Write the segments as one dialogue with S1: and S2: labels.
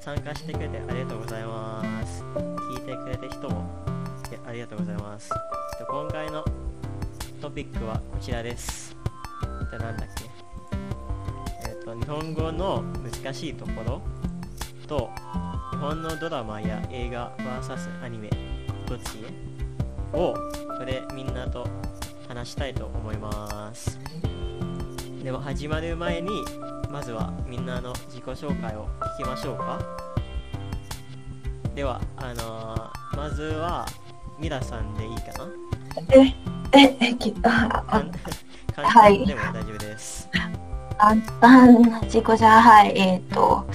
S1: 参加してくれてありがとうございます聞いてくれた人もえありがとうございますえっと今回のトピックはこちらですえっとなんだっけえっと日本語の難しいところと日本のドラマや映画 VS アニメどっちへをそれみんなと話したいと思いますでは始まる前にまずはみんなの自己紹介を聞きましょうかではあのーまずはミラさんでいいかな
S2: え、え、え、き、あ、
S1: か
S2: あ
S1: ん
S2: は
S1: 簡
S2: い
S1: 単でも大丈夫です、
S2: 簡単な自己紹介、はい、えっ、と、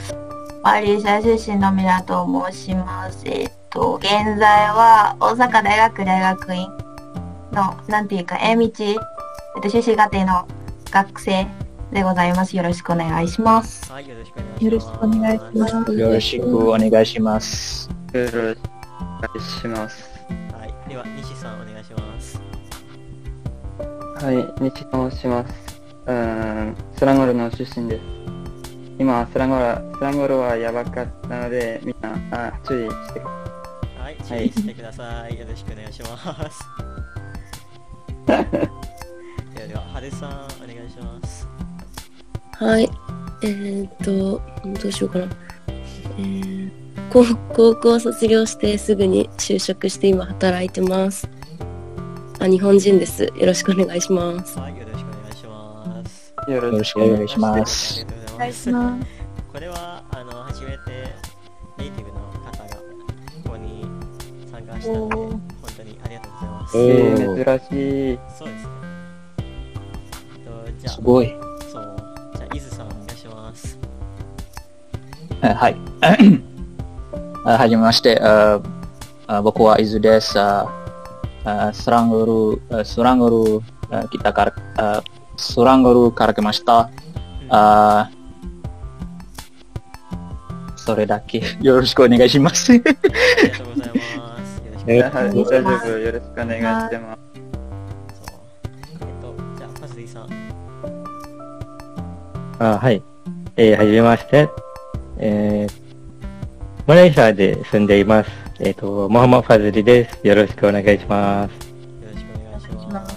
S2: マレーシア出身のミラと申します。えっ、と、現在は大阪大学大学院の、なんていうか、えみち、えっと、修士課程の学生でございます。よろしくお願いします。
S1: はい、よろしくお願いします
S3: よろしくお願いします。
S4: よろしくお願いします。
S5: よろしくお願いします。
S1: はい、では西さんお願いします
S5: はい、西と申します。うーん、スランゴルの出身です。今、スランゴルは、スランゴルはやばかったので、みんな、あ注意してくだ
S1: はい、注意してくださいよろしくお願いしますではでは、はるさんお願いします
S6: はい。えー、っと、どうしようかな。えー、高高校を卒業してすぐに就職して今働いてます。あ、日本人です。よろしくお願いします。
S1: はい、よろしくお願いします
S5: さい。よ
S4: よろしくお願いしま
S1: あり
S4: す。
S1: がとうございま
S3: お願い
S1: す
S3: します。
S1: これはあの初めてネイティブの方がここに参加したので
S3: おー
S1: 本当にありがとうございます。
S4: お
S5: え
S4: ー
S5: ー、珍しい。
S1: そうですね。えっとじゃあ
S4: すごい。
S1: そうじゃあ伊豆さんお願いします。
S4: あはい。 あはじめまして。ああ僕は伊豆です。ああスランゴル、あスランゴル、あ北から、あスランゴルから来ました。
S1: うん
S4: あそれだけ。 よろしくお願いします。
S1: ありがとうございます。よろしくお願いし
S5: は
S2: お願い
S5: い、
S2: し
S5: 大
S2: ま
S5: 丈
S2: す
S5: 夫。よろしくお願いして
S1: ま
S5: ます。
S1: す。そうえっとじゃあパズリーさん。
S7: あはい。えー、はじめまして。えー、マレーシアで住んでいます。えっ、と、モハマファズリです。よろしくお願いします。
S1: よろしくお願いします。
S4: お願い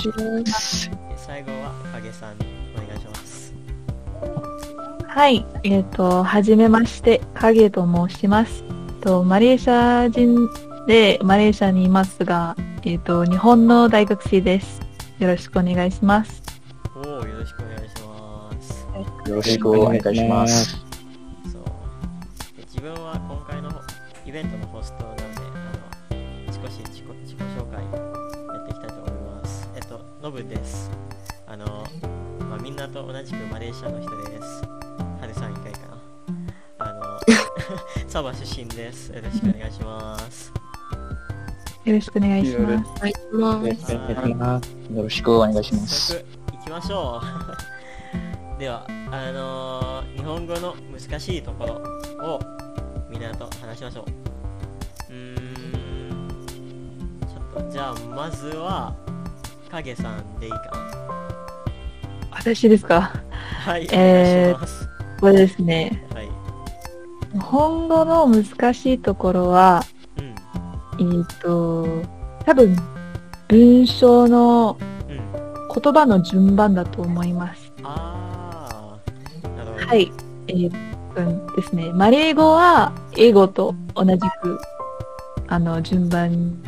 S4: します。
S1: で最後は影さんお願いします。
S3: はい、えっ、と、はじめまして、影と申します。と、マレーシア人で、マレーシアにいますが、えっ、と、日本の大学生です。よろしくお願いします。
S1: おおよろしくお願いします。
S4: よろしくお願いします。
S1: そうで自分は今回のイベントのホストなのであの少し自己自己紹介やっていきたいと思いますえっとノブですあの、まあ、みんなと同じくマレーシアの人ですハルさん以外かなあのサバ出身ですよろしくお願いします
S3: よろしくお願いしま
S6: お願いし
S1: く
S6: ます。
S1: お願いし
S4: よろしくお願いします。
S1: 早速行きましょう ではあのー日本語の難しいところをみんなと話しましょううーんちょっとじゃあまずは影さんでいいか
S3: す。私ですか
S1: な はいお願い
S3: えー
S1: します、
S3: これですね。
S1: はい
S3: 日本語の難しいところは、
S1: うん
S3: えっ、と、多分、文章の
S1: うん
S3: 言葉の順番だと思います。
S1: ああなるほど
S3: はい。えーうんですね。マレー語は英語と同じく、あの、順番。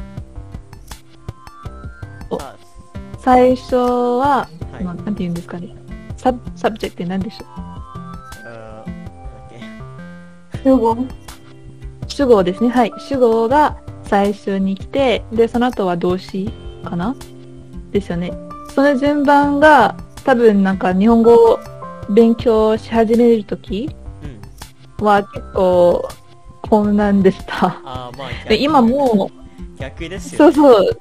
S1: あ
S3: 最初は、
S1: はい、
S3: まあ、なんて言うんですかね。サブ、サブジェクトって何でしょ
S1: あーなんだっけ
S2: すごい。
S3: う主語ですね。はい。主語が最初に来て、で、その後は動詞かなですよね。その順番が、多分なんか日本語を勉強し始めるとき
S1: うん
S3: は結構困難でした。
S1: ああまあ逆
S3: で、今もう、
S1: 逆です
S3: そ
S1: よ
S3: うそう。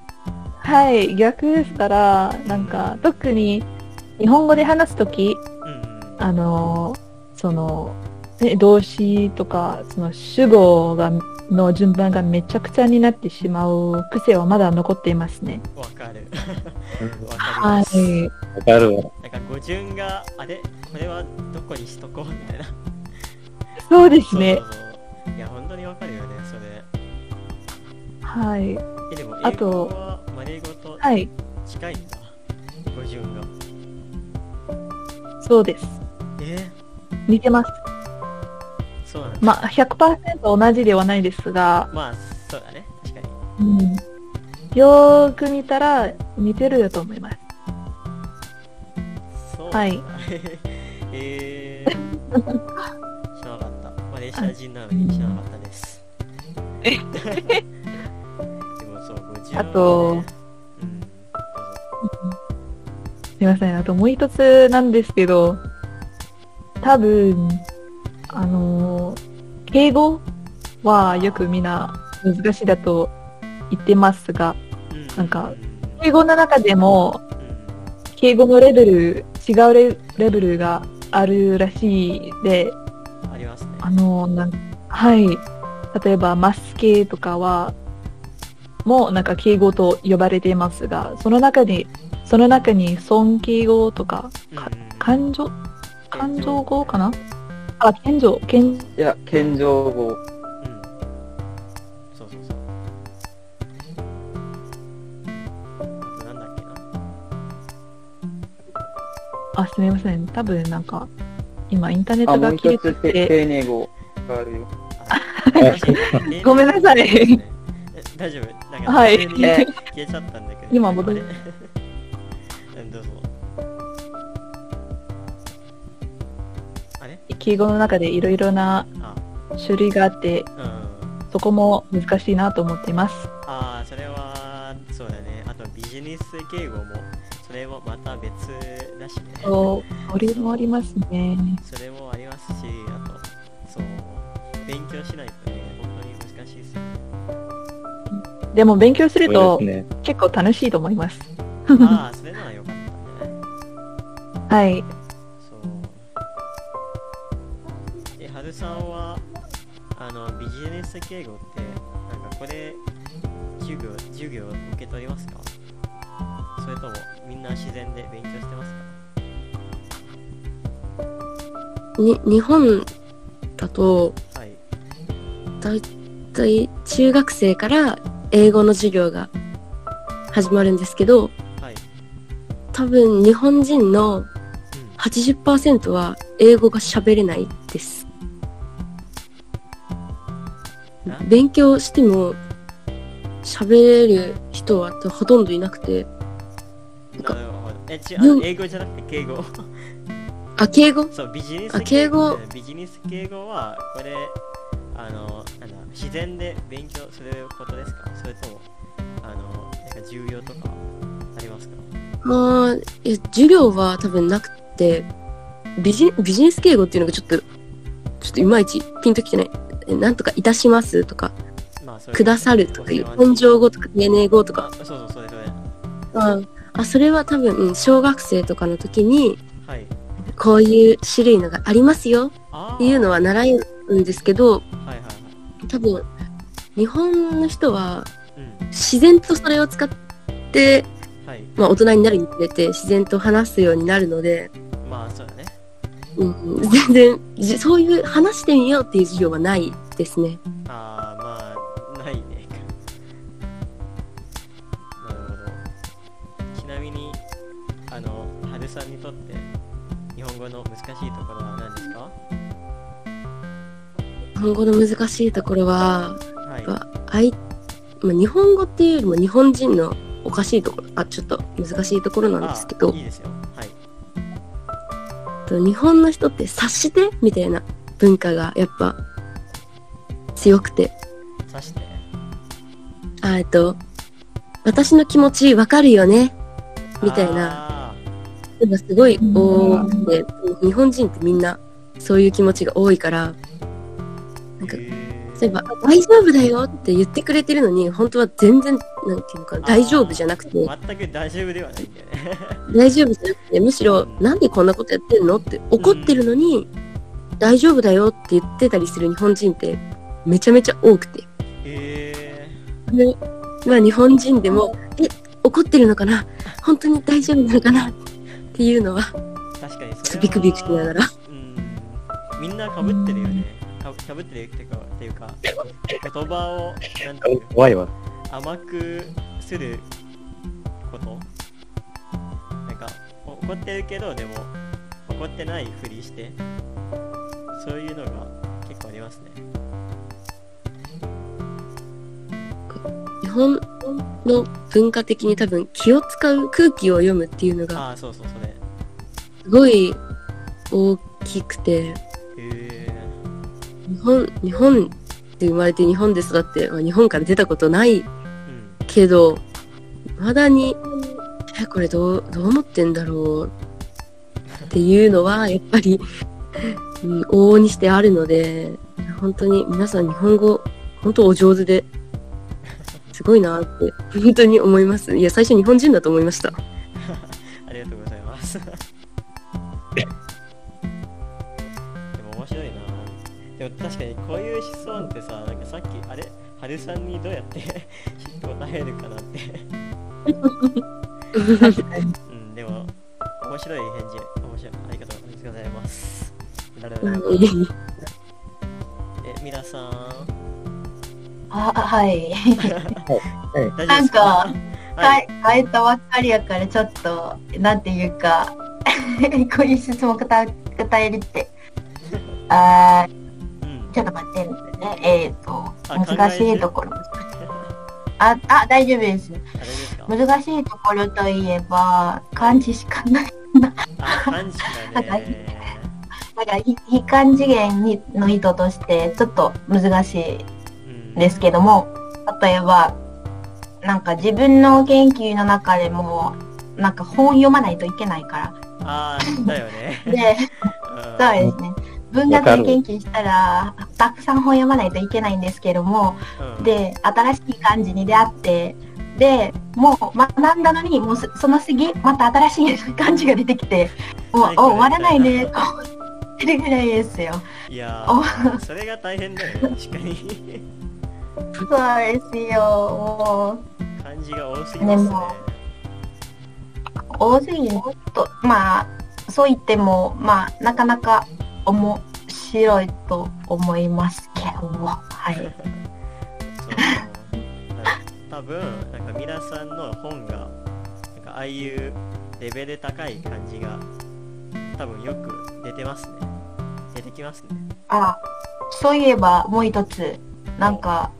S3: はい、逆ですから、なんか、特に日本語で話すとき、
S1: うんうん
S3: あの、その、ね、動詞とか、その主語が、の順番がめちゃくちゃになってしまう癖はまだ残っていますね。
S1: わかるわかり
S3: は
S1: ます、
S3: い。
S4: わかるわ。
S1: なんか語順があれこれはどこにしとこうみたいな
S3: そうですね。
S1: そうそうそういや、本当にわかるよね、それ。
S3: はい。
S1: え、でも、
S3: あ
S1: 英
S3: と
S1: 語はマレー語と
S3: はい。
S1: 近いんだ。語順が。
S3: そうです。
S1: え
S3: 似てま
S1: ー、
S3: す。
S1: そうなんだ。
S3: まあ、100%同じではないですが、
S1: まあ、そうだね。確かに。
S3: うん。よーく見たら似てるよと思います。
S1: そう。
S3: はい。
S1: えー。知らなかった。マレーシア人なのに知らなかった です。
S3: え
S1: でもそう、語順、ね。
S3: あと、
S1: うん。どうぞ
S3: すいません。あともう一つなんですけど、多分、あのー敬語はよくみんな難しいだと言ってますが、なんか、敬語の中でも、
S1: うん
S3: 敬語のレベル、違うレレベルがあるらしいで、
S1: うんありますね。
S3: あのーなんはい。例えば、マス系とかは、もうなんか敬語と呼ばれていますが、その中に、その中に尊敬語とか、か
S1: うん
S3: 感情、感情語かなあ、謙譲、謙
S5: いや、謙譲語。
S1: うん。そうそうそう。あとなんだっけな。
S3: あ、すみません。多分なんか、今インターネッ
S5: あ、
S3: ト
S5: も
S3: が
S5: う
S3: 切
S5: 一
S3: れて
S5: つ、て
S3: て、
S5: 丁寧語があるよ。
S1: あ
S3: ごめんなさい。
S1: え大丈夫。なんか、
S3: はい
S1: 急に消えちゃったんだけど。
S3: 今戻る
S1: あれ うんどうぞ。あれ
S3: 敬語の中でいろいろな
S1: あ、
S3: 種類があって、
S1: うん。
S3: そこも難しいなと思っています。
S1: ああ、それは、そうだね。あと、ビジネス敬語も、それもまた別だしね。
S3: そう、それもありますね。
S1: それもありますし、あと、そう、勉強しないとね、本当に難しいですよね。
S3: でも勉強する
S7: 多
S3: と
S7: いですね。
S3: 結構楽しいと思います。
S1: ああ、それならよかったね。
S3: はい。
S1: そう。え、はるさんは、あの、ビジネス敬語って、なんかこれ、授業、授業受け取りますかそれとも、みんな自然で勉強してますか
S6: に日本だと
S1: はい。
S6: だいたい中学生から英語の授業が始まるんですけど
S1: はい。
S6: 多分日本人の80%は英語が喋れないです
S1: あ
S6: 勉強しても喋れる人はほとんどいなくて
S1: うん。
S6: か
S1: なるほど。え、ちあの
S6: うん
S1: 英語じゃなくて敬語。
S6: あ敬語
S1: そう、ビジネス
S6: あ敬語
S1: ねビジネス敬語は、これ、あの、なんだ、自然で勉強することですかそれとも、あの、なんか重要とかありますか
S6: まあえ授業は多分なくてビジビジネス敬語っていうのがちょっとちょっといまいちピンときてないえなんとかいたしますとか
S1: まあ、そ
S6: くださるとかいう本
S1: 情
S6: 情語とか丁寧語とか
S1: そうそう、それそれ。
S6: ああそれは多分うん小学生とかの時に
S1: はい。
S6: こういう種類のがありますよ
S1: あ
S6: っていう
S1: の
S6: のは習うんですけど
S1: はいはいはい。
S6: 多分日本の人は
S1: うん。
S6: 自然とそれを使って、
S1: はい。
S6: まあ、大人になるにつれて自然と話すようになるので、
S1: まあ、そうだね。
S6: うん、全然じそういう話してみようっていう授業はないですね。
S1: ああ、まあ、ないね。 なるほど。ちなみに、あの、はるさんにとって、日本語の難しいところは何ですか
S6: 日本語の難しいところは
S1: はい。
S6: まああいまあ、日本語っていうよりも日本人のおかしいところあちょっと難しいところなんですけど
S1: あいいですよ。はい。
S6: と日本の人って察してみたいな文化がやっぱ強くて
S1: 刺して。
S6: あえっと私の気持ちわかるよねみたいな
S1: な。
S6: のがすごい多くて日本人ってみんなそういう気持ちが多いからなんか例えば「大丈夫だよ」って言ってくれてるのに本当は全然なんていうのかな大丈夫じゃなくて
S1: 全く大丈夫ではないんだよね。
S6: 大丈夫じゃなくてむしろなんでこんなことやってんのって怒ってるのに、大丈夫だよって言ってたりする日本人ってめちゃめちゃ多くて、
S1: え
S6: でまあ、日本人でもえ怒ってるのかな本当に大丈夫なのかなっていうのは
S1: ー、確かにそれは。
S6: ちょっとビクビクしながら
S1: うん。みんな被ってるよね。被かかぶってるっていうかっていうか言葉をなんていう
S7: 怖いわ。
S1: 甘くすることなんかお怒ってるけどでも怒ってないふりしてそういうのが結構ありますね
S6: 日本の文化的に多分気を使う空気を読むっていうのが
S1: ああそうそうそれへ
S6: すごい大きくて
S1: え
S6: 日本日本で生まれて日本で育って、まあ、日本から出たことない
S1: うん
S6: けどまだにえこれどうどう思ってんだろうっていうのはやっぱり、うん、往々にしてあるので本当に皆さん日本語本当お上手ですごいなって本当に思いますいや最初日本人だと思いました
S1: ありがとうございますでも面白いなでも確かにこういう質問ってさなんかさっきあれ春さんにどうやって 答えるかなってうん、でも、面白い返事、面白い、ありがとうございます。なるほど。え、皆さん、
S2: あ、はい。
S1: 大丈夫
S2: な
S1: で
S2: ん
S1: すか
S2: か、
S1: はい。
S2: 変えたばっかりやから、ちょっと、なんていうか、 こういう質問答え答えるって。あー
S1: うん。
S2: ちょっと待ってね。えっ、と、
S1: あ
S2: 難しいところ。あ、あ、大丈夫です。
S1: あれですか
S2: 難しいところといえば、漢字しかない。
S1: あ、漢字だね。
S2: だから、非非漢次元にの意図として、ちょっと難しい。
S1: うん。
S2: ですけども例えばなんか自分の研究の中でもなんか本読まないといけないか
S1: あー、だよ ね。
S2: らでそうですね文学で研究したらたくさん本読まないといけないんですけども
S1: うん、
S2: で新しい漢字に出会ってでもう学んだのにもうそその次また新しい漢字が出てきてもう
S1: はい
S2: お終わらないねと思ってるぐらいですよ。
S1: いやー、それが大変だよね、確かに。
S2: そうですよもう
S1: 漢字が多すぎますね
S2: で。も大勢にもっとまあそう言ってもまあなかなか面白いと思いますけどもはい
S1: そう多分なんか皆さんの本がなんかああいうレベル高い感じが多分よく出てますね出てきますね
S2: あそういえばもう一つなんか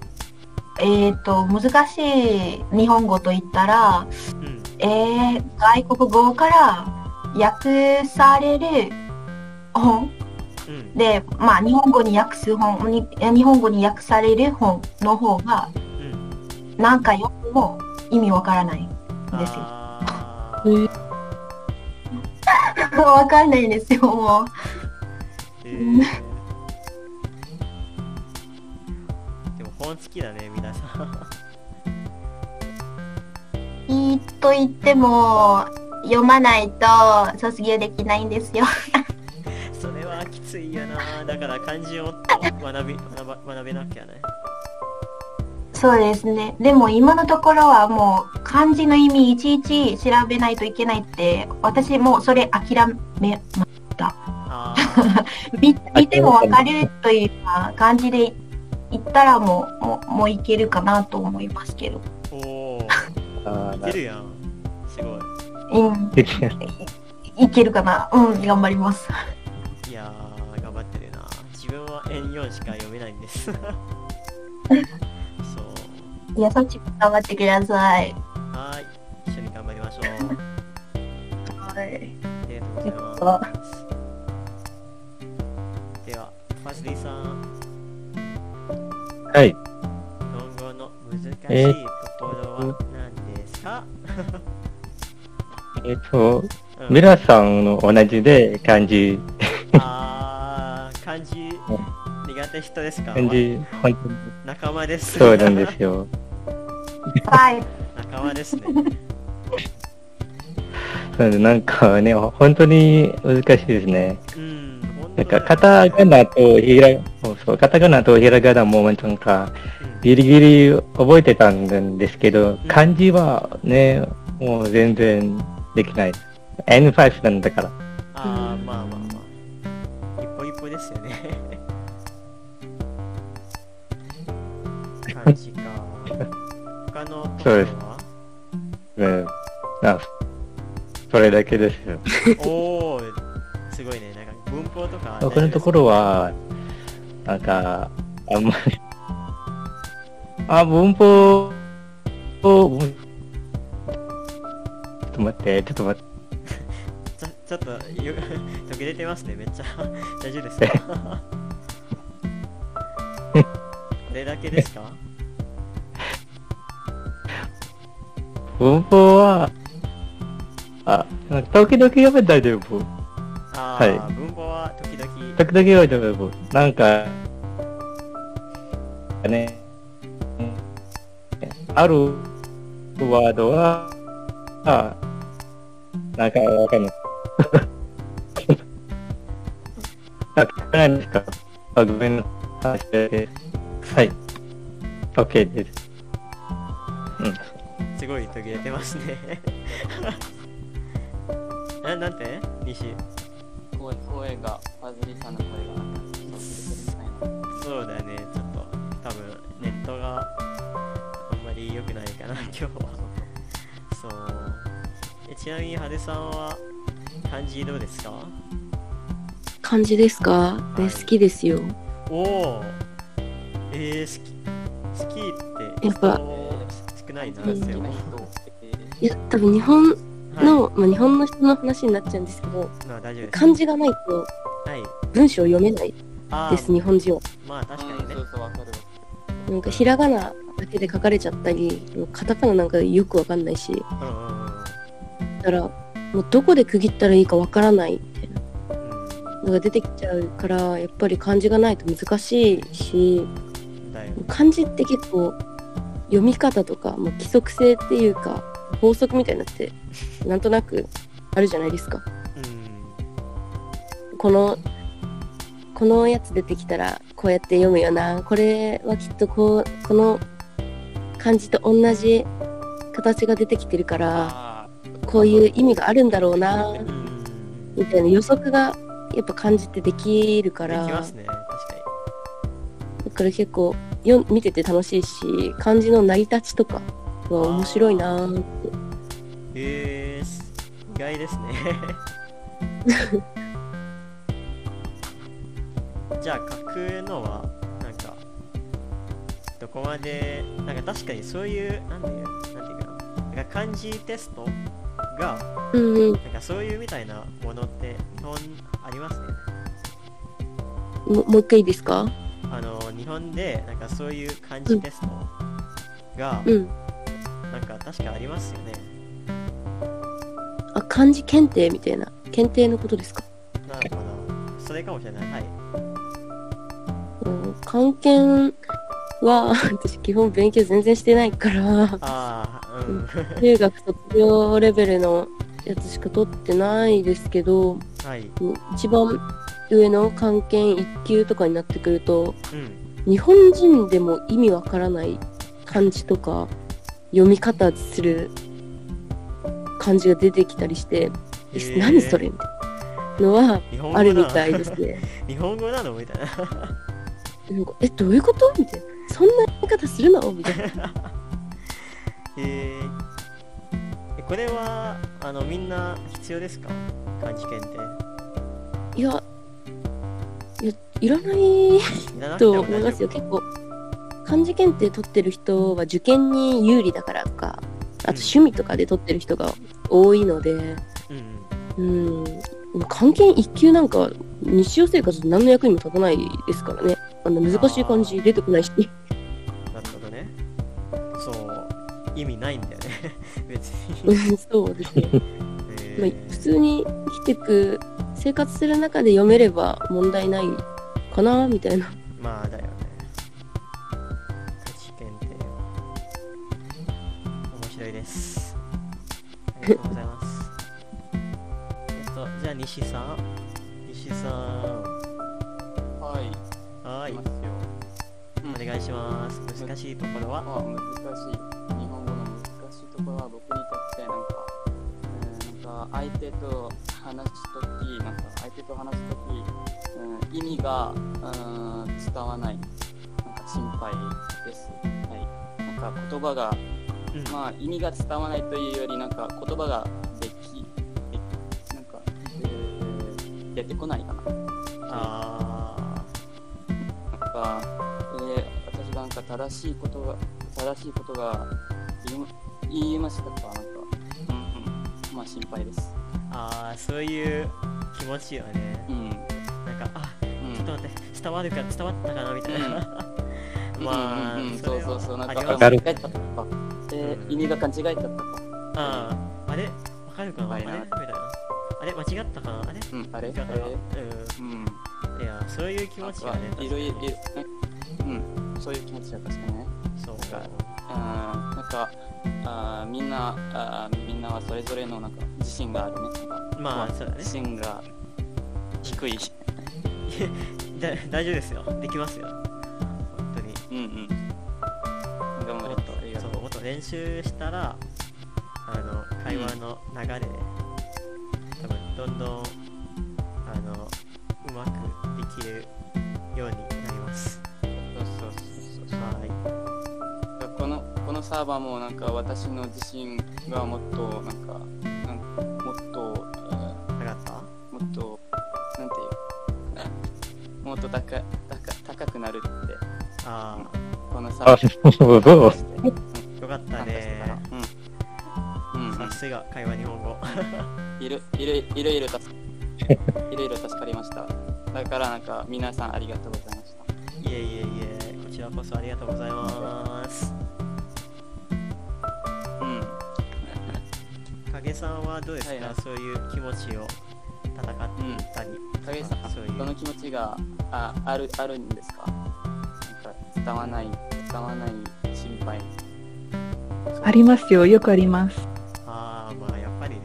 S2: えっ、と難しい日本語といったら
S1: うん
S2: えー、外国語から訳される本
S1: うん
S2: でまあ日本語に訳す本に日本語に訳される本の方が
S1: うん
S2: 何回読んでも意味わからないですよ
S1: あ
S3: え
S1: ー
S2: わかんないんですよ、もう。
S1: えーでも本好きだね皆さん
S2: いいと言っても、読まないと卒業できないんですよ。
S1: それはきついよなだから漢字をもっと学び学ば学べなきゃね
S2: そうですね。でも今のところはもう漢字の意味いちいち調べないといけないって、私もうそれ諦め、
S1: あ
S2: 見見てもわかるというか感じで言ったらもう、もうもういけるかなと思いますけど。
S1: あおお
S4: あ
S1: いけるやんすごい
S2: うん、
S7: できない
S2: いいけるかな。うん、頑張ります。
S1: いやー、頑張ってるな。自分は円4しか読めないんです。そう。
S2: いや、そっちも頑張ってください。
S1: はーい。一緒に頑張りましょう。
S2: は
S1: あ
S2: い。
S1: りがとうございます。では、ファスリーさん、
S7: はい。
S1: 日本語の難しいと
S7: えー
S1: ころは何ですか、
S7: えっと、
S1: うん
S7: 皆さんの同じで漢字、
S1: あー、漢字苦手人ですか
S7: 漢字、本当に
S1: 仲間です。
S7: そうなんですよ。
S2: はい。
S1: 仲間ですね。
S7: なんでなんかね、本当に難しいですね。
S1: うん、本当
S7: なんか、
S1: だよ
S7: カタカナとひら、そうそう、カタカナとひらがなもなんか、
S1: うん
S7: ギリギリ覚えてたんですけど、漢字はね、もう全然できない。N5 なんだから。
S1: ああ、まあまあまあ。一歩一歩ですよね。
S7: そうです
S1: は
S7: うん。あ、それだけですよ。
S1: おおすごいねなんか文法とか
S7: 僕のとこ
S1: ろ
S7: ろは、なんか、あんまり、あ、文法を、文ちょっと待って、ちょっと待って。
S1: ちょちょっとよ 途切れてますねめっちゃ 大丈夫です かこれだけですか
S7: 文法は、あ、なんか時々読めたでも、
S1: ああ、
S7: はい
S1: 文法は時々
S7: 時々読めたでも、なんか、ね、うんあるワードは、あ、なんかわかんない。 あ、聞こえないんですかあ、ごめんなさい。はい。OK です。うん。
S1: すごい途切れてますね ななんて西
S8: 声声がパズリさんの声がなんか聞こえてくるみ
S1: そうだねちょっと多分ネットがあんまり良くないかな今日はそうえちなみに派手さんは漢字どうですか
S6: 漢字ですか、ね、
S1: はい
S6: 好きですよ。
S1: おおえー、好き好きって
S6: やっぱ
S1: 人少ないな
S8: たいな
S1: って思う
S8: 好きな人えー
S6: いや、多分日本
S1: は
S6: の、まあ、日本の人の話になっちゃうんですけど、
S1: い、まあ大丈夫です
S6: 漢字がないと
S1: はい
S6: 文章読めない
S1: あ
S6: で
S1: ー
S6: す、日本人は。
S1: まあ確かにね
S8: うんそうそうわかるわ
S6: なんかひらがなだけで書かれちゃったり、カタカナなんかよくわかんないし、
S1: うんうんうん
S6: だから、もうどこで区切ったらいいかわからないみたいな
S1: う
S6: のが出てきちゃうから、やっぱり漢字がないと難しいし、
S1: んだよ
S6: 漢字って結構読み方とか、もう規則性っていうか、法則みたいになって、なんとなくあるじゃないですか。
S1: うん
S6: このこのやつ出てきたらこうやって読むよなこれはきっとこうこの漢字と同じ形が出てきてるから
S8: あ
S6: こういう意味があるんだろうな
S1: うんで
S6: みたいな予測がやっぱ漢字ってできるか
S1: き
S6: ら
S1: ますね確かに
S6: だから結構よ見てて楽しいし漢字の成り立ちとかは面白いな
S1: えーす、意外ですねじゃあ書くのはなんかどこまでなんか確かにそういうなんていうなんていうかななんか漢字テストが
S6: うんうん
S1: なんかそういうみたいなものって日本ありますね
S6: ももう一回いいですか
S1: あの日本でなんかそういう漢字テストが
S6: うん
S1: なんか確かありますよね
S6: あ漢字検定みたいな検定のことですか
S1: なるほどそれかもしれないはい
S6: うん漢検は 私基本勉強全然してない から
S1: ああうん
S6: 中学卒業レベルのやつしか取ってないですけど
S1: はい
S6: 一番上の漢検1級とかになってくると
S1: うん
S6: 日本人でも意味わからない漢字とか読み方する漢字が出てきたりして「
S1: へ
S6: え
S1: ー
S6: 何それ?」みたいなのは
S1: 日本語
S6: あるみたい
S1: な
S6: ですね。
S1: 日本語なのみたいな。
S6: なんかえどういうことみたいなそんな言い方するのみたいな。
S1: えーえこれは、あの、みんな必要ですか漢字検定。
S6: いや、いや、いらない
S1: いらなくて
S6: と
S1: も
S6: 思いますよ。
S1: 大丈
S6: 結構、漢字検定取ってる人は受験に有利だからとか、あと趣味とかで取ってる人が多いので、
S1: 夫。うんうん。
S6: うん、漢検一級なんか、日常生活で何の役にも立たないですからね。あの難しい漢字出てこないし。
S1: なるほどね。そう。意味ないんだよね。 別
S6: う
S1: に。
S6: ん そうですね。
S1: え
S6: まあ、普通に生きてく、生活する中で読めれば問題ないかな、みたいな。
S1: まあ、だよね。漢字検定。面白いです。ありがとうございます。えっと、じゃあ、西さん。西さん。
S8: ーはい
S1: はー
S8: い
S1: い
S8: ま。すようん
S1: お願いします。難しいところは
S8: まあ難しい日本語の難しいところは僕にとってなんか、うん、なんか相手と話すときなんか相手と話すとき、うん、意味が、うん、伝わないなんか心配ですはいなんか言葉が
S1: うん
S8: まあ、意味が伝わらないというよりなんか言葉ができでなんか、えー出てこないかな
S1: あ
S8: なんか、えー私がなんか正しいことが正しいことが言い言いましたかなんか、うんうん、まあ心配です
S1: ーあーそういう気持ちよね
S8: うん
S1: なんかあ
S8: うん
S1: ちょっと待って伝わるか伝わったかなみたいな まあ、
S8: うんうんうん
S1: そ
S8: そ
S1: れ
S8: う
S1: は
S8: そうそうなんか
S1: あります
S8: 間
S7: わか
S8: 違
S7: る
S8: えたとか、えー意味が勘違えたとか
S1: あーあれわかるかなあ
S8: わ
S1: れ
S8: か
S1: み
S8: るな
S1: たいなあれ間違ったかなあれ
S8: うんあれあ
S1: 間違ったかな
S8: れうん
S1: うんいやそういう気持ちよね
S8: いろいろ
S1: 確かに
S8: うんそういう気持ちだ確かにね
S1: そう
S8: なんかうんなんかあーみんなあーみんなはそれぞれのなんか自信があるねなんか
S1: まあそうだね
S8: 自信が低い
S1: だ大丈夫ですよできますよ本当に
S8: うんうん頑張
S1: も
S8: れ
S1: っ
S8: と
S1: と
S8: ありがとう
S1: そうもっと練習したらあの会話の流れで、多分どんどんあのうまくできるようになります
S8: そうそうそうそう
S1: は
S8: このこのサーバーもなんか私の自信がもっとなんかなんもっと、えー
S1: い分かった
S8: もっとなんていうかなもっと高い高高くなるって
S1: あ
S8: このサ
S7: あ、
S8: ー
S7: そう
S8: バ
S7: そ
S8: ー
S7: う
S8: を。して
S1: あよかったね
S8: うんうん
S1: さすが会話日本語
S8: いろいろいろいろ助かいろいろ助かりましただからなんか皆さんありがとうございました
S1: いえいえいえこちらこそありがとうございます
S8: うん
S1: 影さんはどうですか、
S8: はいはい
S1: そういう気持ちを戦ったり、
S8: 影さん
S1: そういう
S8: その気持ちがああるあるんですかなんか伝わない伝わない心配
S3: ありますよ。よくあります。
S1: ああまあやっぱり ね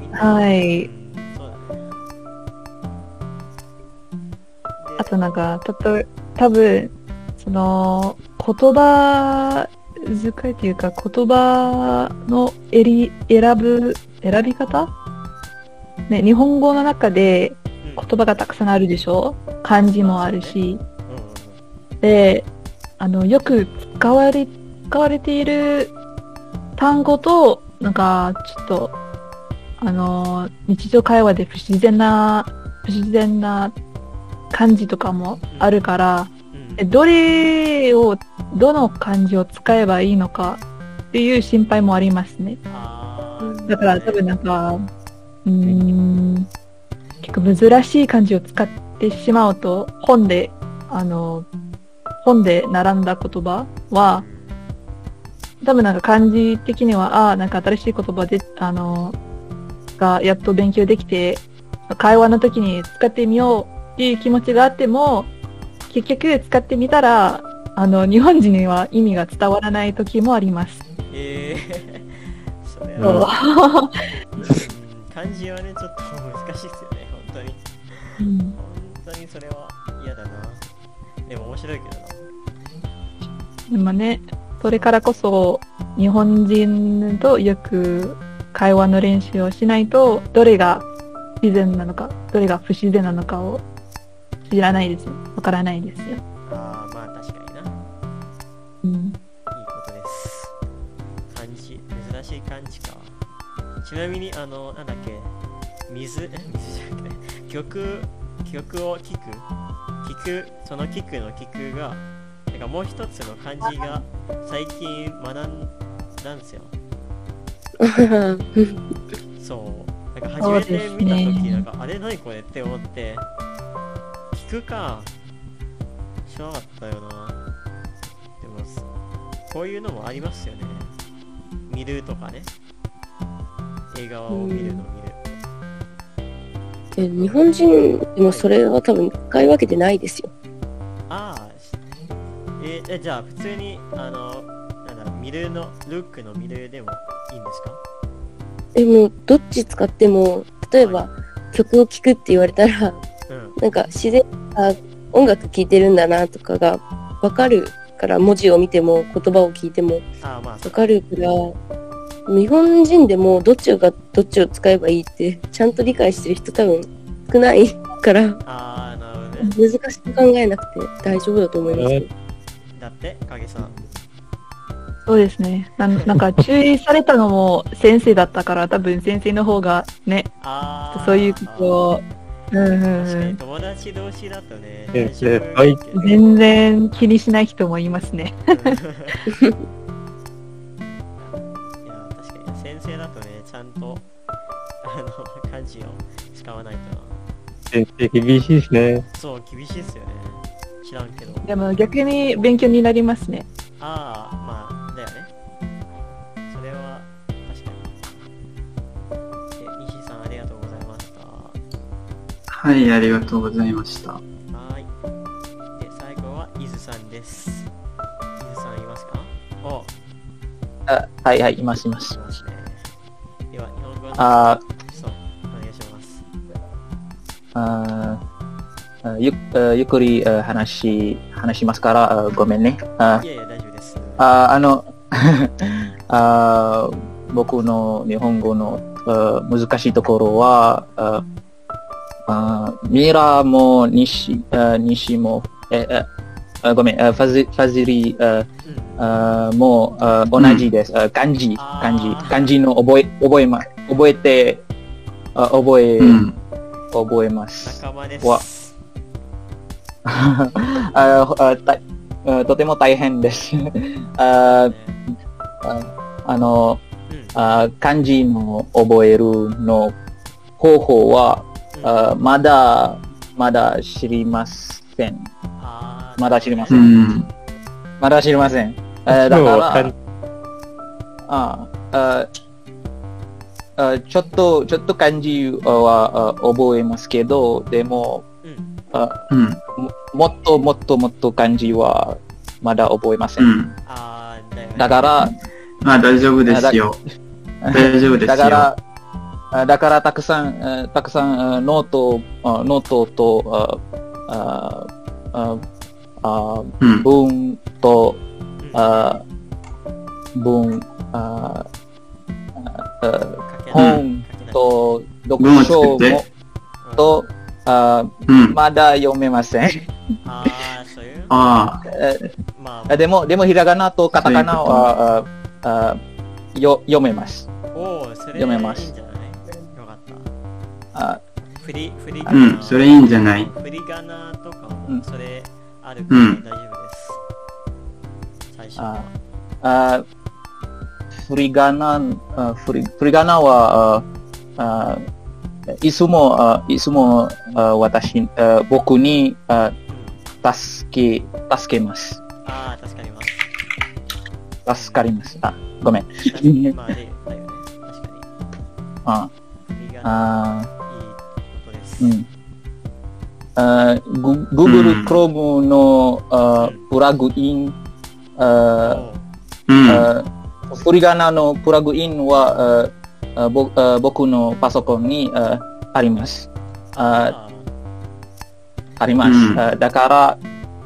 S1: みんな
S3: はい
S1: うんそうだねで
S3: あとなんか、たと、多分、その、言葉遣いというか、言葉の選り、選ぶ、選び方ね、日本語の中で
S1: うん
S3: 言葉がたくさんあるでしょ漢字もあるし。
S1: うんうんうん
S3: で、あの、よく使われ、使われている単語と、なんか、ちょっと、あの、日常会話で不自然な、不自然な漢字とかもあるから、
S1: うん
S3: えどれを、どの漢字を使えばいいのかっていう心配もありますね。
S1: あー
S3: だから多分なんか、うーん、結構難しい漢字を使ってしまうと、本で、あの、本で並んだ言葉は、多分なんか漢字的には、ああー、なんか新しい言葉で、あの、がやっと勉強できて、会話の時に使ってみようっていう気持ちがあっても、結局使ってみたら、あの、日本人には意味が伝わらない時もあります。
S1: えー それ
S7: うん
S1: は、 うん漢字はねちょっと難しいですよね本当に
S3: うん
S1: 本当にそれは嫌だなでも面白いけどな
S3: でもね、それからこそ、日本人とよく会話の練習をしないと、どれが不自然なのか、どれが不自然なのかを知らないですよ。わからないですよ。
S1: ああまあ確かにないい
S3: うん。
S1: ことです漢字珍しい漢字かちなみにあのなんだっけ水え 水じゃなくて曲曲を聞く聞くその聞くの聞くがなんかもう一つの漢字が最近学んだんですよ
S6: うん
S1: そうなんか初
S3: そう
S1: め
S3: ですね
S1: て見た時、なんかあれ何これって思って聞くか知らなかったよなでもこういうのもありますよね見るとかね映画を見るの見る、
S6: で日本人でもそれは多分使い分けてないですよ。
S1: ああしええじゃあ普通にあのなんだ見るのルックの見るでもいいんですか
S6: でもどっち使っても例えば曲を聴くって言われたら
S1: うん
S6: なんか自然あ音楽聴いてるんだなとかが分かるから文字を見ても言葉を聞いても
S1: ああまあそ
S6: 分
S1: う
S6: かるから日本人でもどっちがどっちを使えばいいってちゃんと理解してる人多分少ないから
S1: ああなるほどね
S6: 難しく考えなくて大丈夫だと思いますけど。
S1: だって影さん
S3: そうですねな。なんか注意されたのも先生だったから、多分先生の方がね、
S1: あー
S3: そういうことを、うんうん
S1: 確か
S3: う
S1: に
S3: ん
S1: 友達同士だとね
S7: え
S1: 大丈夫
S7: えはい
S1: って ね
S3: 全然気にしない人もいますね。
S1: いや確かに先生だとねちゃんとあの漢字を使わないとな
S7: 先生厳しいですね。
S1: そう厳しいっすよね知らんけど
S3: でも逆に勉強になりますね。
S1: ああまあだよねそれは確かにえ西井さんありがとうございましたは
S5: はい、ありがとうございました。
S1: ーいで最後は伊豆さんです伊豆さんいますかお
S4: あはいはい、いますいま
S1: い
S4: す。
S1: ますねでは日本語の
S4: あ
S1: そうお願いします
S4: ああゆあゆっくりあ話し話しますから、あごめんね。あ
S1: いやいや大丈夫です
S4: ああの あ僕の日本語のあ難しいところは、ああミラも西あ西も、ええあごめん、あファズファズリあ
S1: うん
S4: あもうあ同じです。あ漢字、
S1: あー
S4: 漢字、漢字の覚え、覚えま、覚えて、あ覚え、
S5: うん。
S4: 覚えます。
S1: 仲間で
S4: わ
S1: す
S4: ああたあとても大変です。 あ
S1: ね
S4: ああの
S1: うん
S4: あ漢字の覚えるの方法は
S1: うん
S4: あまだまだ知りません。
S1: あー
S4: まだ知りま
S5: う
S4: せ
S5: ん。
S4: まだ知りません。あだか
S7: もうわからん
S4: あああちょっとちょっと漢字はあ覚えますけど、でも
S1: うん
S4: あ
S5: うん。
S4: ももっともっともっと漢字はまだ覚えませ。
S5: うんん。
S1: あーだよね
S4: だから、
S5: まあ、大丈夫ですよ。大丈夫ですよ。
S4: だから、あだからたくさん、あたくさんあノート、あノートと、ああああ
S5: うん。
S4: 文と、
S1: うん
S4: あ文、ああ
S1: 書けない
S4: 本
S1: 書けない
S4: と
S5: 文を
S4: 読
S5: 作
S4: 書
S5: って
S4: も、と、あ
S5: うん。
S4: まだ読めませ ん。
S1: ああそういう
S5: ああ、
S1: ま
S4: あでも、でも、ひらがなとカタカナは、ああよ読めます。
S1: あおおそれ
S4: 読めます
S1: いいんじゃないよかった
S4: あ
S1: フリフリ
S5: うん。それいいんじゃない
S1: フリガナとか
S4: う
S1: も
S4: ん
S1: それあるから
S5: うん
S1: 大丈夫です、最初は
S4: ああフリガナ、あフリフリガナは、ああいつも、あいつもあ私、あ僕にあ助け、助けます。
S1: ああ助かります
S4: 助かります。あ、ごめん。
S1: 確かにまあでだよね確か
S4: あ
S1: にフリガナ
S4: あ
S1: いいことです、う
S4: う
S1: ん
S4: ん。あグ Google Chrome のあプラグイン、あ
S1: おう
S5: うん。
S4: あフリガナのプラグインは、ああぼあ僕のパソコンにああります。あ
S1: あ
S4: あります。
S5: うん
S4: あだから、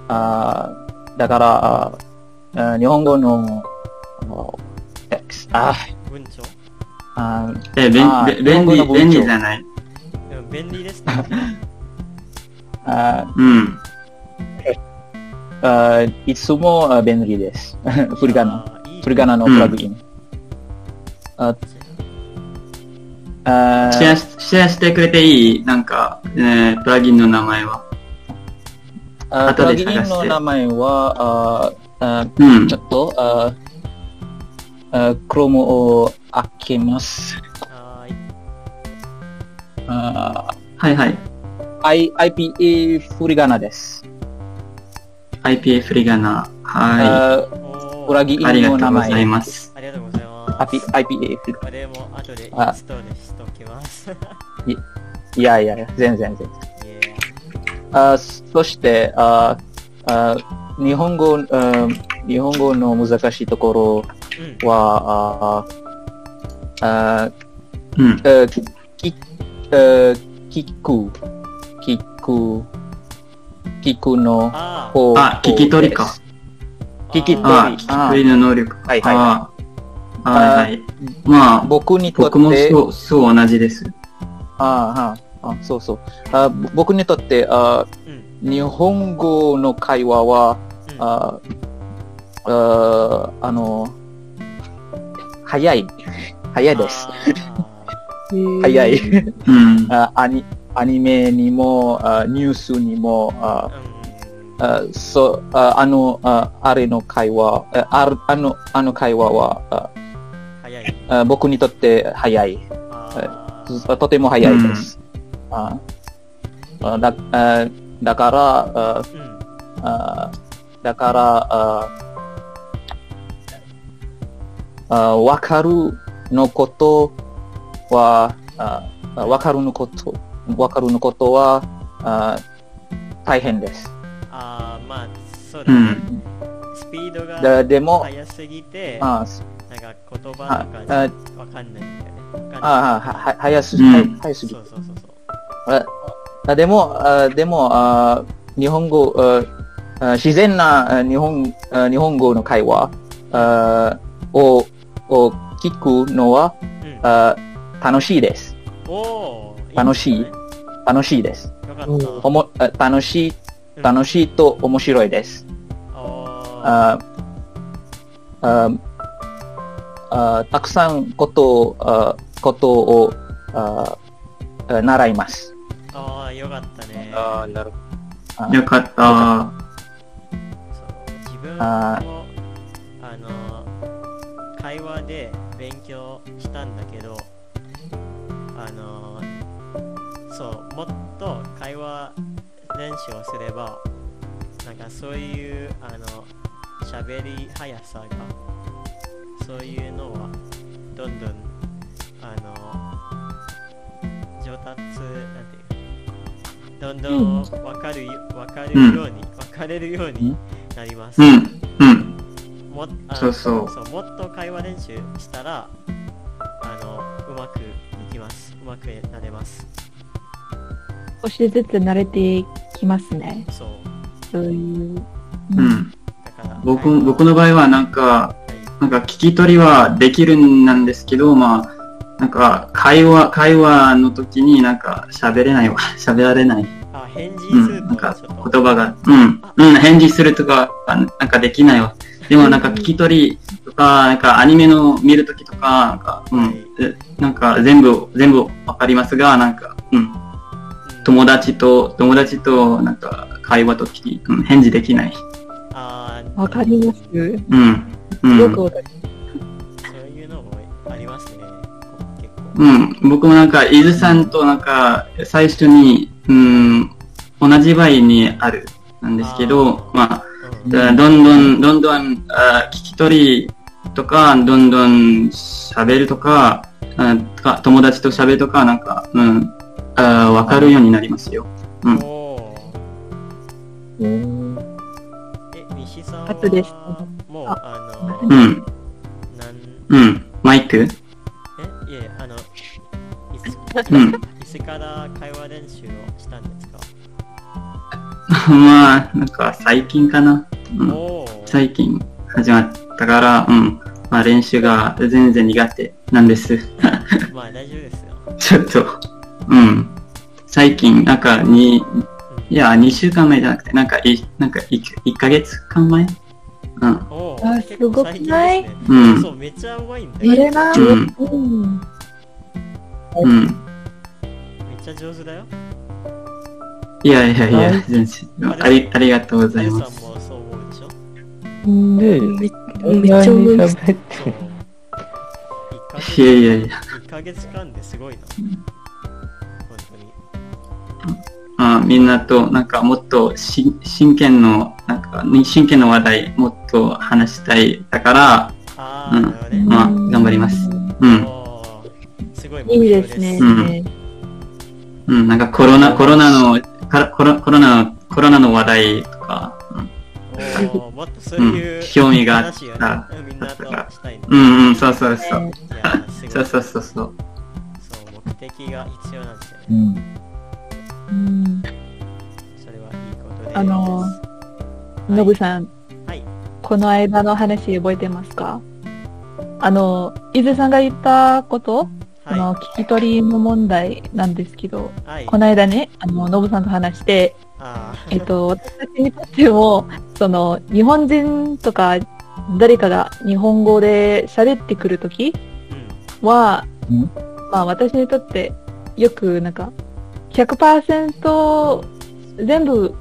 S4: あだからああ日本語のあテクスト、あ
S1: ー文章
S4: あ
S5: え、便
S4: あ
S5: べ
S4: 日本
S5: 便
S4: 語の
S5: 利、
S4: 文章
S5: 便利じゃない。
S1: うん便利ですね
S4: あ
S5: うん。
S4: あいつもあ便利です。 フリガナ。
S1: あーいい
S4: フリガナのプラグイン。あ
S5: シェアし、シェアしてくれていいなんか、えープラグインの名前は。
S4: あプ
S5: 後
S4: ラグ
S5: で探して
S4: インの名前は、ああ
S5: うん
S4: ちょ。っと、ああクロームを開けます。
S1: はーい
S4: あ
S5: はいはい。
S4: I- IPA フリガナです。
S5: IPA フリガナ。は
S4: あ
S1: おー
S4: プラグイン
S5: い。ありがと
S4: の
S5: う
S4: 名
S5: ござい
S4: 前。
S5: ます。
S1: ありがとうございます
S4: IP- IPA フリ
S1: これも後でイン
S4: あ
S1: ストールしときます
S4: いやいやいや、全然全然。
S1: イエーイ
S4: あそしてああ、日本語、あ日本語の難しいとこ
S1: うん
S4: ろは、ああ
S5: うん。
S4: あききあ聞く、聞く、聞くの
S1: あー
S4: 方法
S5: あ聞き取りか
S4: です。聞き取り。
S5: ああ、聞き取りの能力。
S4: はいはいはい
S5: ああ、はいはい。まあ、
S4: 僕にとっ
S5: 僕も
S4: て、
S5: そう、そう同じです。
S4: あああそうそうあぼ僕にとってあ
S1: うん
S4: 日本語の会話は、
S1: うん
S4: あああの早い。早いです。
S1: あ
S4: 早い。
S5: うん。
S4: あアニアニメにも、あニュースにも、あ
S1: ーうん
S4: あそうああのあ、あれの会話、ああるあのあの会話はあ
S1: 早い。
S4: あ僕にとって早い。
S1: あー
S4: とても早いです。ああだあだから、あ
S1: うん。
S4: あだから、ああわかるのことは、あわかるのこと、わかるのことは、あ大変です。
S1: あーまあ、そう
S5: う
S1: だね。
S5: ん。
S1: スピードが
S4: ででも、
S1: 速すぎて、なんか
S4: あ
S1: 言葉とかにわかんないんだよね。わかんない
S4: あはは早す
S5: うん
S4: 早すぎ
S1: そうそうそうそう。
S4: あでも、あでも、あ日本語、ああ自然なあ日本あ日本語の会話あをを聞くのは
S1: うん。
S4: あ楽しいです。
S1: おー
S4: 楽しい
S1: いいね
S4: 楽しいです。
S1: よかった
S4: お。もあ楽しい、
S1: うん
S4: 楽しいと面白いです。
S1: あ
S4: あああたくさんことをあことをああ習います。
S1: ーあー、よかったね。
S4: あなるほ
S5: よかった。
S1: そう自分
S4: あ
S1: もあの会話で勉強したんだけどあのそうもっと会話練習をすればなんかそういうあの喋り速さがそういうのはどんどんあの上達なんていうどんどん分かるよ分かるように、分かれるようになります、
S5: うん。うん。
S1: もあ
S5: そうそう
S1: もっと会話練習したらあのうまくいきますうまくなれます
S3: 少しずつ慣れてきますね。
S1: そう
S3: そういう。
S5: うん。
S1: だから
S5: 僕
S1: 会話
S5: 僕の場合はなんか、
S1: は
S5: なんか聞き取りはできるんなんですけど、まあ、なんか会話、会話の時になんか喋れないわ。 喋られない。
S1: いあ返事
S5: う
S1: す
S5: ん。
S1: る
S5: なん
S1: と
S5: か
S1: ちょっと、
S5: 言葉が、うん。うん。返事するとか、なんかできないわ。でもなんか聞き取りとか、なんかアニメの見るときとか、なんか、う
S1: は
S5: ん
S1: い。
S5: えなんか全部、全部わかりますが、なんか、うん。
S1: うん
S5: 友達と、友達となんか会話とき、うん、返事できない。
S1: あー
S3: わかります。
S5: うん。うん。
S3: よくわかり
S1: そういうのもありますね結構
S5: うん、僕もなんか、伊豆さんとなんか、最初に、うん、同じ場合にある、なんですけど、
S1: あー
S5: まあ、
S1: うん
S5: どんどん、どんどん、あー聞き取りとか、どんどん喋るとか、あーか友達と喋るとか、なんか、うん、あーわかるようになりますよ。うん
S1: おー
S4: ど。うん
S1: え西さん
S3: あとです
S1: はもうあ
S5: う
S1: の
S5: ん、
S1: なん
S5: うん、マイク
S1: えいえあのいつ
S5: うん。
S1: い つから会話練習をしたんですか、
S5: まあ、なんか最近かな。うん、
S1: おー
S5: 最近始まったから、うん。まあ練習が全然苦手なんです。
S1: まあ大丈夫ですよ。
S5: ちょっと、うん。最近、なんか、に、いや、2週間前じゃなくて、なんか、い、なんか1、一ヶ月間前うん。
S1: お
S3: あ
S1: ー
S3: すごくない
S1: 結構最近ですね
S5: うん
S1: そう、めっちゃうまいんだ
S3: ます。
S1: よ。
S3: 慣
S1: め
S3: れ
S1: っ
S3: ます。
S5: うん。
S3: うん。
S5: うん。
S1: ちゃ上手だよ。
S5: いやいやいや、全然。あり、ありがとうご
S1: あ
S5: ざい
S1: ゆさん
S5: ま
S1: も
S5: す。
S1: そう思うでしょ
S3: うん
S7: で、
S6: めめっちゃ思いました。
S1: そう。1ヶ月
S5: いやいやいや。
S1: 一ヶ月間ですごいな。本当に。
S5: あみんなと、なんか、もっとし、真剣の、なんか、に真剣の話題、もっと話したい。だから、
S1: あー、なるほどね。
S5: まあ、頑張ります。うん。
S1: おーすごい目
S3: い
S1: 標で。
S3: いですすね。
S5: うんうん、なんかコロナ、コロナの、からコロコロナの、コロナの話題とか、
S1: おーもっとそういう、
S5: うん興味があっ
S1: 話を
S5: た
S1: ね、みんなとしたいね。
S5: うん、うんうん、そうそうそう。
S1: いやー、すごい。
S5: そ
S1: そうう、
S5: そうそうそう。
S1: 目的が必要なんですよね。
S4: うん
S3: うん。
S1: それはいいことです。
S3: あのー
S1: い
S3: ノブさん、
S1: はい
S3: この間の話覚えてますかあの、伊豆さんが言ったこと、あ
S1: は
S3: の聞き取りの問題なんですけど、
S1: い。はい。
S3: この間ね、あの、ノブさんと話して、
S1: あー
S3: えっと、私たちにとっても、その、日本人とか誰かが日本語で喋ってくるとき
S1: うん
S3: は、
S4: うん
S3: まあ私にとってよくなんか100%全部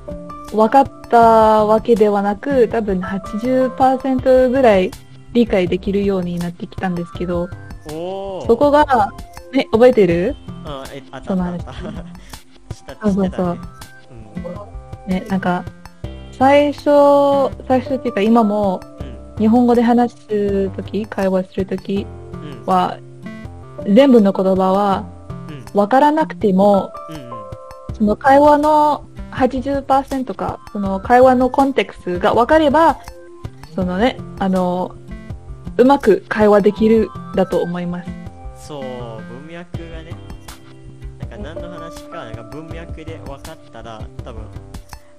S3: 分かったわけではなく多分80%ぐらい理解できるようになってきたんですけど
S1: おお
S3: そこが、ね、覚えてる
S1: うんえあった
S3: その
S1: あっ
S3: 話
S1: たあ ったした
S3: そうそうそう
S1: うん
S3: ね、なんか最初最初っていうか今も
S1: うん
S3: 日本語で話すとき会話するとき
S1: うん
S3: は全部の言葉は分からなくても
S1: うんうんうん
S3: その会話の80%か、その会話のコンテクストが分かれば、そのね、あの、うまく会話できるだと思います。
S1: そう文脈がねなんか何の話かなんか文脈で分かったら多分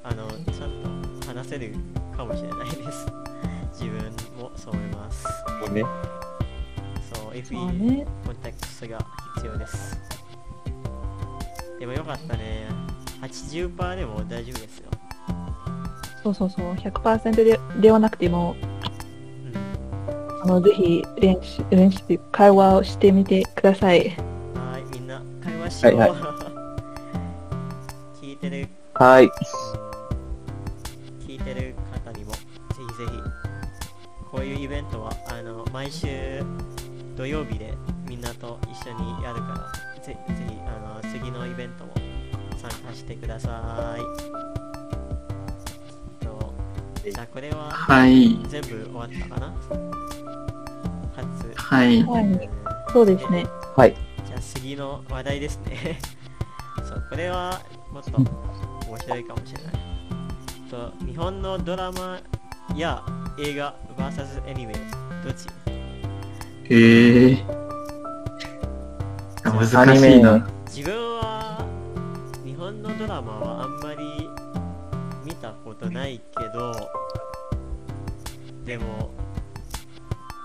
S1: あのちゃんと話せるかもしれないです 自分もそう思います
S7: もうね。
S1: そう FE
S3: まあね、
S1: コンタクトが必要ですでもよかったね80%でも大丈夫ですよ、
S3: そうそうそう、100%でではなくても、
S1: うん、
S3: あの、ぜひ練習、練習というか、会話をしてみてください。
S1: はーいみんな会話しよう、
S4: はい
S1: 聞いてる
S4: はい。
S1: 聞いてる方にもぜひぜひこういうイベントはあの毎週土曜日でみんなと一緒にやるからぜぜひあの次のイベントも参加してくださいとじゃあこれは
S5: はい。
S1: 全部終わったかな初
S5: はい。
S3: は
S1: うん
S3: い、そうですね。
S4: はい。
S1: じゃあ次の話題ですね。 そう、これはもっと面白いかもしれない。と日本のドラマや映画 VS アニメ、どっち
S5: ええ
S4: ア
S5: 難
S4: ニ
S5: しい
S4: メ
S5: な。
S1: 自分は日本のドラマはあんまり見たことないけど、でも、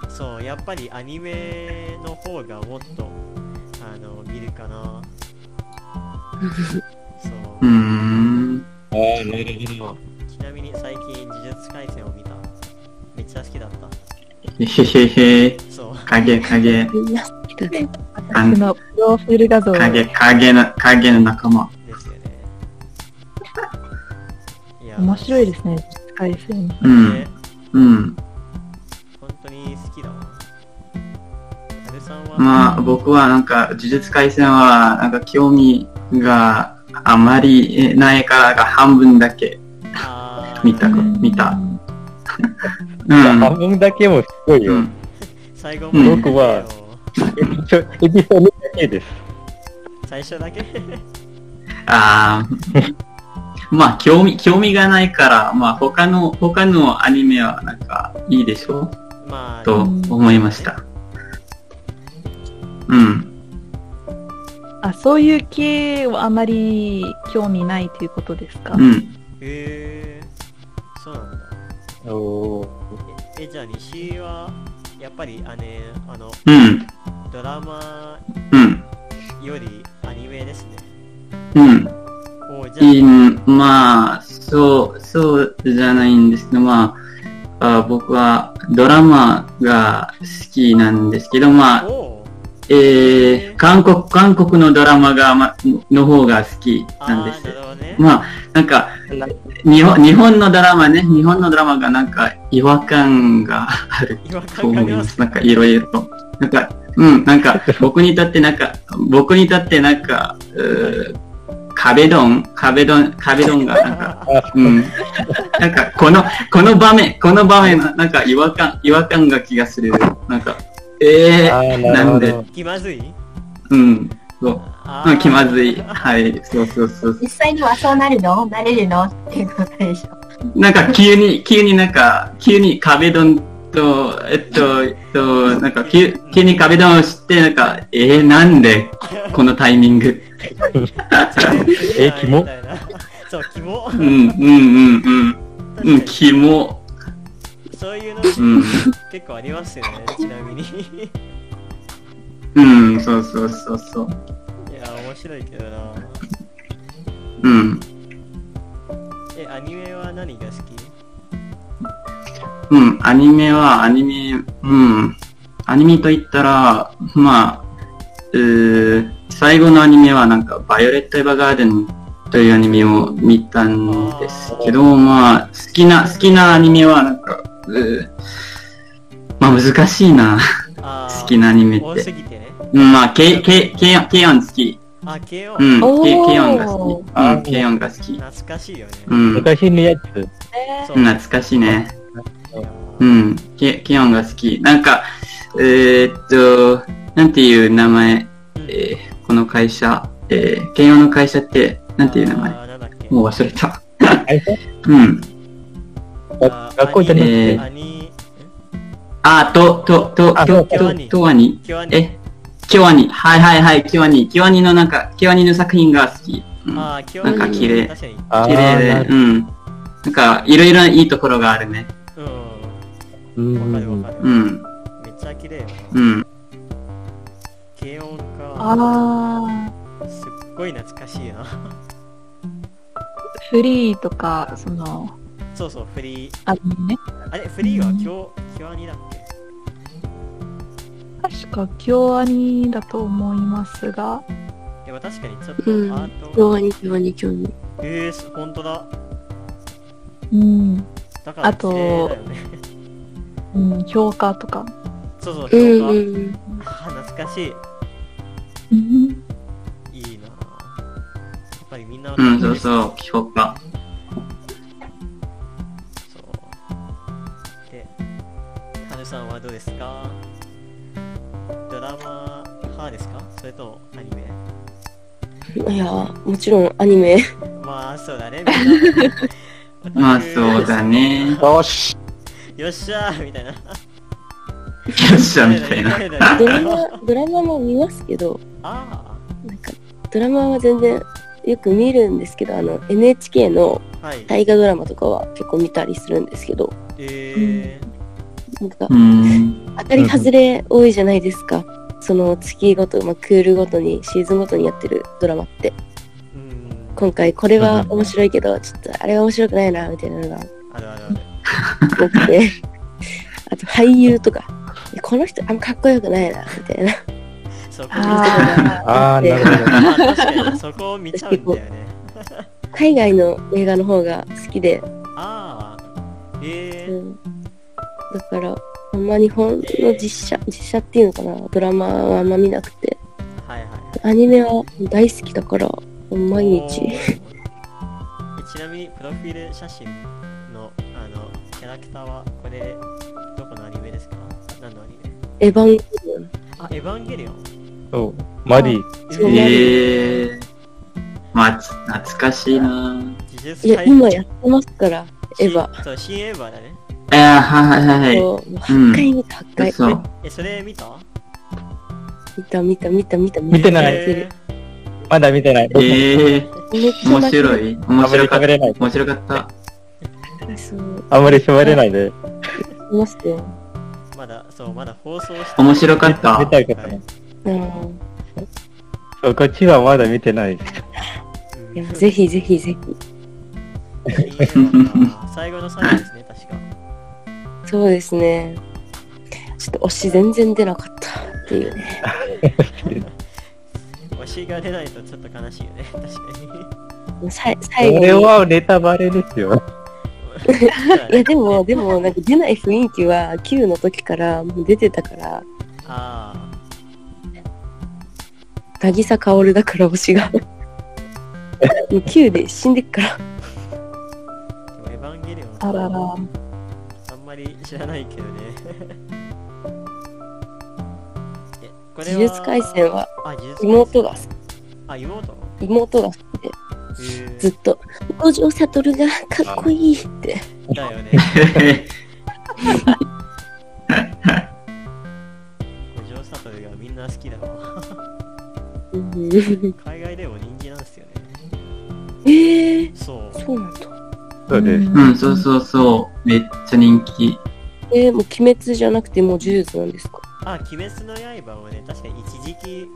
S1: そう、やっぱりアニメの方がもっとあの見るかな。そう。
S5: うーん。
S7: ああ、なるほど。
S1: ちなみに最近呪術廻戦を見ためっちゃ好きだった
S5: へへへへ。
S1: そう
S5: 影、影、
S6: みんな好きだね。
S5: あ
S3: 私のプロフィール画像を
S5: 影、影の、影の仲間。
S1: ですよねいや
S3: 面白いですね、回線。
S5: うん。うん。
S1: 本当に好きだわアルさんは、
S5: まあ、僕はなんか、呪術廻戦は、なんか興味があまりないから、なんか半分だけ
S1: あー
S5: 見
S1: な
S5: た、
S1: るほど
S5: 見た。うん。
S7: 半分だけもすごいうよ。
S5: ん。
S1: 最後まで
S7: 僕はちょエピソードだけです。
S1: 最初だけ
S5: ああ、 まあ、興味、興味がないから、まあ、他の、他のアニメはなんか、いいでしょう
S1: まあ
S5: と思いました。うん。
S3: あ、そういう系はあまり興味ないということですか、
S5: うん。
S1: へえそうなんだ
S7: おー
S1: ええじゃあ西井はやっぱりあねあの
S5: うん。
S1: ドラマ
S5: うん。
S1: よりアニメですね
S5: うん。
S1: おーじゃあ
S5: いいんまあ、そう、そうじゃないんですけど、まあ、あ僕はドラマが好きなんですけど、まあ、
S1: おー
S5: えー、韓国、韓国のドラマが、ま、の方が好きなん
S1: あ
S5: で
S1: ーな
S5: す
S1: る。ほどね、
S5: まあ、なんか、日本、日本のドラマね、日本のドラマがなんか違和感がある
S1: 今考
S5: と思
S1: え
S5: い
S1: ま
S5: ますす。なんかいろいろと。なんか、うん、なんか僕にとってなんか、僕にとってなんか、うー壁ドン壁ドン壁ドンがなんか、 うん。なんか、この、この場面、この場面、なんか違和感、違和感が気がする。なんか、ええ
S7: あー、なる
S5: な
S7: ほ
S5: んで
S7: ど。
S1: 気まずい
S5: うん、そう。
S1: あ
S5: う
S1: ー
S5: ん、気ま ずい。はい、そうそうそう
S2: 実際にはそうなるのなれるのっていうことでしょ。
S5: なんか急に、急になんか、急に壁ドンと、えっと、えっと、なんか急急に壁ドンを知って、なんか、えー、なんでこのタイミング。
S7: えキモ
S1: みたいな そう、キモ
S5: うん、うん、うん、うん。うん、キモ。
S1: そういうの
S5: うん、
S1: 結構ありますよね、ちなみに。い
S5: うん、そうそうそうそう。
S1: や、面白いけどな。
S5: うん。
S1: え、アニメは何が好き
S5: うん、アニメはアニメ、うん、アニメと言ったら、まあ、うー最後のアニメはなんか、バイオレット・エヴァガーデンというアニメを見たんですけど、まあ、好きな、好きなアニメはなんか、うーまあ難しいな、
S1: あー
S5: 好きなアニメっ
S1: 多
S5: て
S1: す。ぎてね。
S5: うん、まあ、ケ、ケ、ケヨン、ケヨン好き。
S1: あ、慶応、
S5: うん、
S3: おー
S5: ケ、ケヨンが好き。う
S7: あ
S5: ん、ケヨンが好き。
S1: 懐かしいよね。
S5: うん、
S7: 昔のやつ。
S1: そう
S5: 懐かしいね。
S1: いや
S5: うん、ケケヨンが好き。なんか、えーっと、なんていう名前、えーこの会社、えー、ケヨンの会社って、なんていう名前
S1: あーなんだっけ
S5: もう忘れた。
S7: あれ
S5: うん。
S1: あー
S7: 学校じゃなく
S5: て
S1: アニ
S5: あ、と、と、と、
S7: あ
S5: と、
S7: キ
S1: ョワ
S5: と
S1: ニ、
S5: とわ
S1: アニ
S5: に
S1: キワニ
S5: え、キョワニ。はいはいはい、キョワニ。キョワニのなんか、キョワニの作品が好き。うん、
S1: ああ、キワ
S5: な
S1: ニ。
S5: んか綺麗
S1: 確かに。
S7: あ
S5: 綺
S7: ーな
S5: 麗
S7: る
S5: で、うん。なんか、いろいろいいところがあるね。
S1: う
S7: うん
S1: ん。
S7: う
S1: わかる
S7: ん
S1: わかる。
S5: うん、
S1: めっちゃ綺麗よね。
S5: うん。
S1: 軽音
S3: あ
S1: か。
S3: あ
S1: すっごい懐かしいな。
S3: ー、フリーとか、その、
S1: そうそう、フリー。
S3: あれね。
S1: あれ、フリーはキョキワニだっけ
S3: 確か、京アニだと思いますが、
S1: でも確かにちょっ
S6: うん
S1: とアート。
S6: 今日に今日に今日に。
S1: えーす、ほんとだ。
S3: うん、
S1: だから
S3: あと
S1: 綺麗だよね。
S3: うん、評価とか。
S1: そうそう、
S6: うんう
S1: なんか
S6: ん。
S1: あー懐かし
S3: うん、
S1: い。いいなぁやっぱりみんな、
S5: うん、そうそう、評価。
S1: そう。で、ハルさんはどうですかドラマ派ですかそれとアニメ
S6: いや、もちろんアニ メ。
S1: まあ、そうだね、みんな。
S5: まあ、そうだね。
S4: よし
S1: よっしゃーみたいな。よ
S5: よっしゃ、みたいな。
S6: ドラマ、ドラマも見ますけど、
S1: あ
S6: なんか、ドラマは全然よく見るんですけど、あの、NHK の
S1: あ、はい。
S6: 大河ドラマとかは結構見たりするんですけど、
S1: え
S6: なんか
S5: う、ん。
S6: 当たり外れ多いじゃないですか。その月ごと、まあ、クールごとに、シーズンごとにやってるドラマって。
S1: ー、うん。
S6: 今回これは面白いけど、ちょっとあれは面白くないな、みたいなのが
S1: あるあるある。
S6: 多くて。 あと俳優とか、いやこの人あんまかっこよくないな、みたいな。
S1: そこ
S3: あ
S7: ああ、なるほど。
S1: まあ確かにそこを見ちゃうんだよね。
S6: 海外の映画の方が好きで、
S1: ああ、え
S6: う
S1: ー、
S6: ん、だからあんま日本の実写実写っていうのかなドラマはあんま見なくて
S1: はいはい。
S6: アニメは大好きだから毎日
S1: おーえちなみにプロフィール写真のあのキャラクターはこれどこのアニメですか何のアニメ
S6: エヴァンゲリオン
S1: あエヴァンゲリオン
S7: そう。マリー。
S6: そう
S5: ええー、まあ、つ懐かしいな
S1: 呪術
S6: いや今やってますからエヴァ
S1: ァそう新エヴァだね
S5: えー、はいはいはい。
S6: そうもう8回見た8回、
S5: そう。
S1: えそれ見た
S6: 見た見た見た見た
S7: 見てない
S6: 見
S1: え
S6: る
S7: まだ見てない。
S5: え
S6: めっ
S5: え
S6: ち
S5: ー、
S6: ゃ
S5: 面
S6: 泣ける
S5: 白い。
S7: あん
S5: 面
S7: まり
S5: 白か
S7: 喋
S5: った。
S7: れない。
S5: 面白かった。
S6: そう
S7: あんまり喋れないで。
S6: 見ましたよ
S1: ーまだそうまだ放送して
S5: 面白かった
S7: 見たけどね。
S6: うん
S7: そう、こっちはまだ見てない。
S1: うん
S6: いやぜひぜひぜひ
S1: 新エヴァか最後の最後です ね確か
S6: そうですねちょっと推し全然出なかったっていうね
S1: 推しが出ないとちょっと悲しいよね 確 か
S6: もうさい最後
S7: これ
S6: に
S7: はネタバレですよ。
S1: に
S6: いやでも、でも、なんか出ない雰囲気は、Q の時からもう出てたから、
S1: あ
S6: 渚薫だから推 しが。もう Q で死んでっから。
S1: あでもエヴァンゲリオン
S3: あら
S1: あん
S3: ら。
S1: まり知らないけどね。 えこ
S6: 呪術廻戦は、
S1: あ呪術廻戦
S6: 妹が好き
S1: あ、妹
S6: 妹が好きで、
S1: へ
S6: ず
S1: ー
S6: っと、五条悟がかっこいいって。
S1: だよね。五条悟がみんな好きだわ。
S6: うん
S1: 海外でも人気なんですよね。
S6: ええ
S1: そう。
S6: そうなんだ。
S7: そうです。
S5: うん、そうそうそう。めっちゃ人気。
S6: えー、もう鬼滅じゃなくてもう呪術なんですか
S1: あ、鬼滅の刃はね、確かに一時期、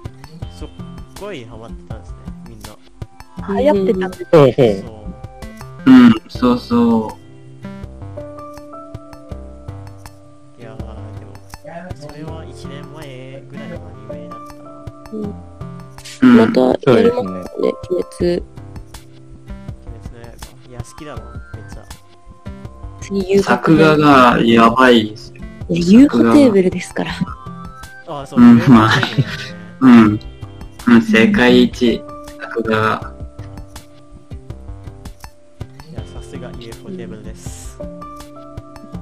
S1: すっごいハマってたんですね、みんな。
S3: 流行ってたんです
S7: そうそう。
S1: そう。
S5: うん、そうそ
S7: そうですね。
S1: 鬼滅の刃。
S6: またやりますね、鬼滅。
S1: いや、好きだもん、めっちゃ。
S6: 次、遊郭
S5: 作画がやばいです。
S6: いや遊郭テーブルですから。
S1: ああ、そう、
S5: うん
S1: 上の
S5: ま
S1: テ
S5: あ
S1: ーブル
S5: うん。うん、世界一、作画
S1: だ
S5: が。
S1: よねいや、さすが UFO テーブルです。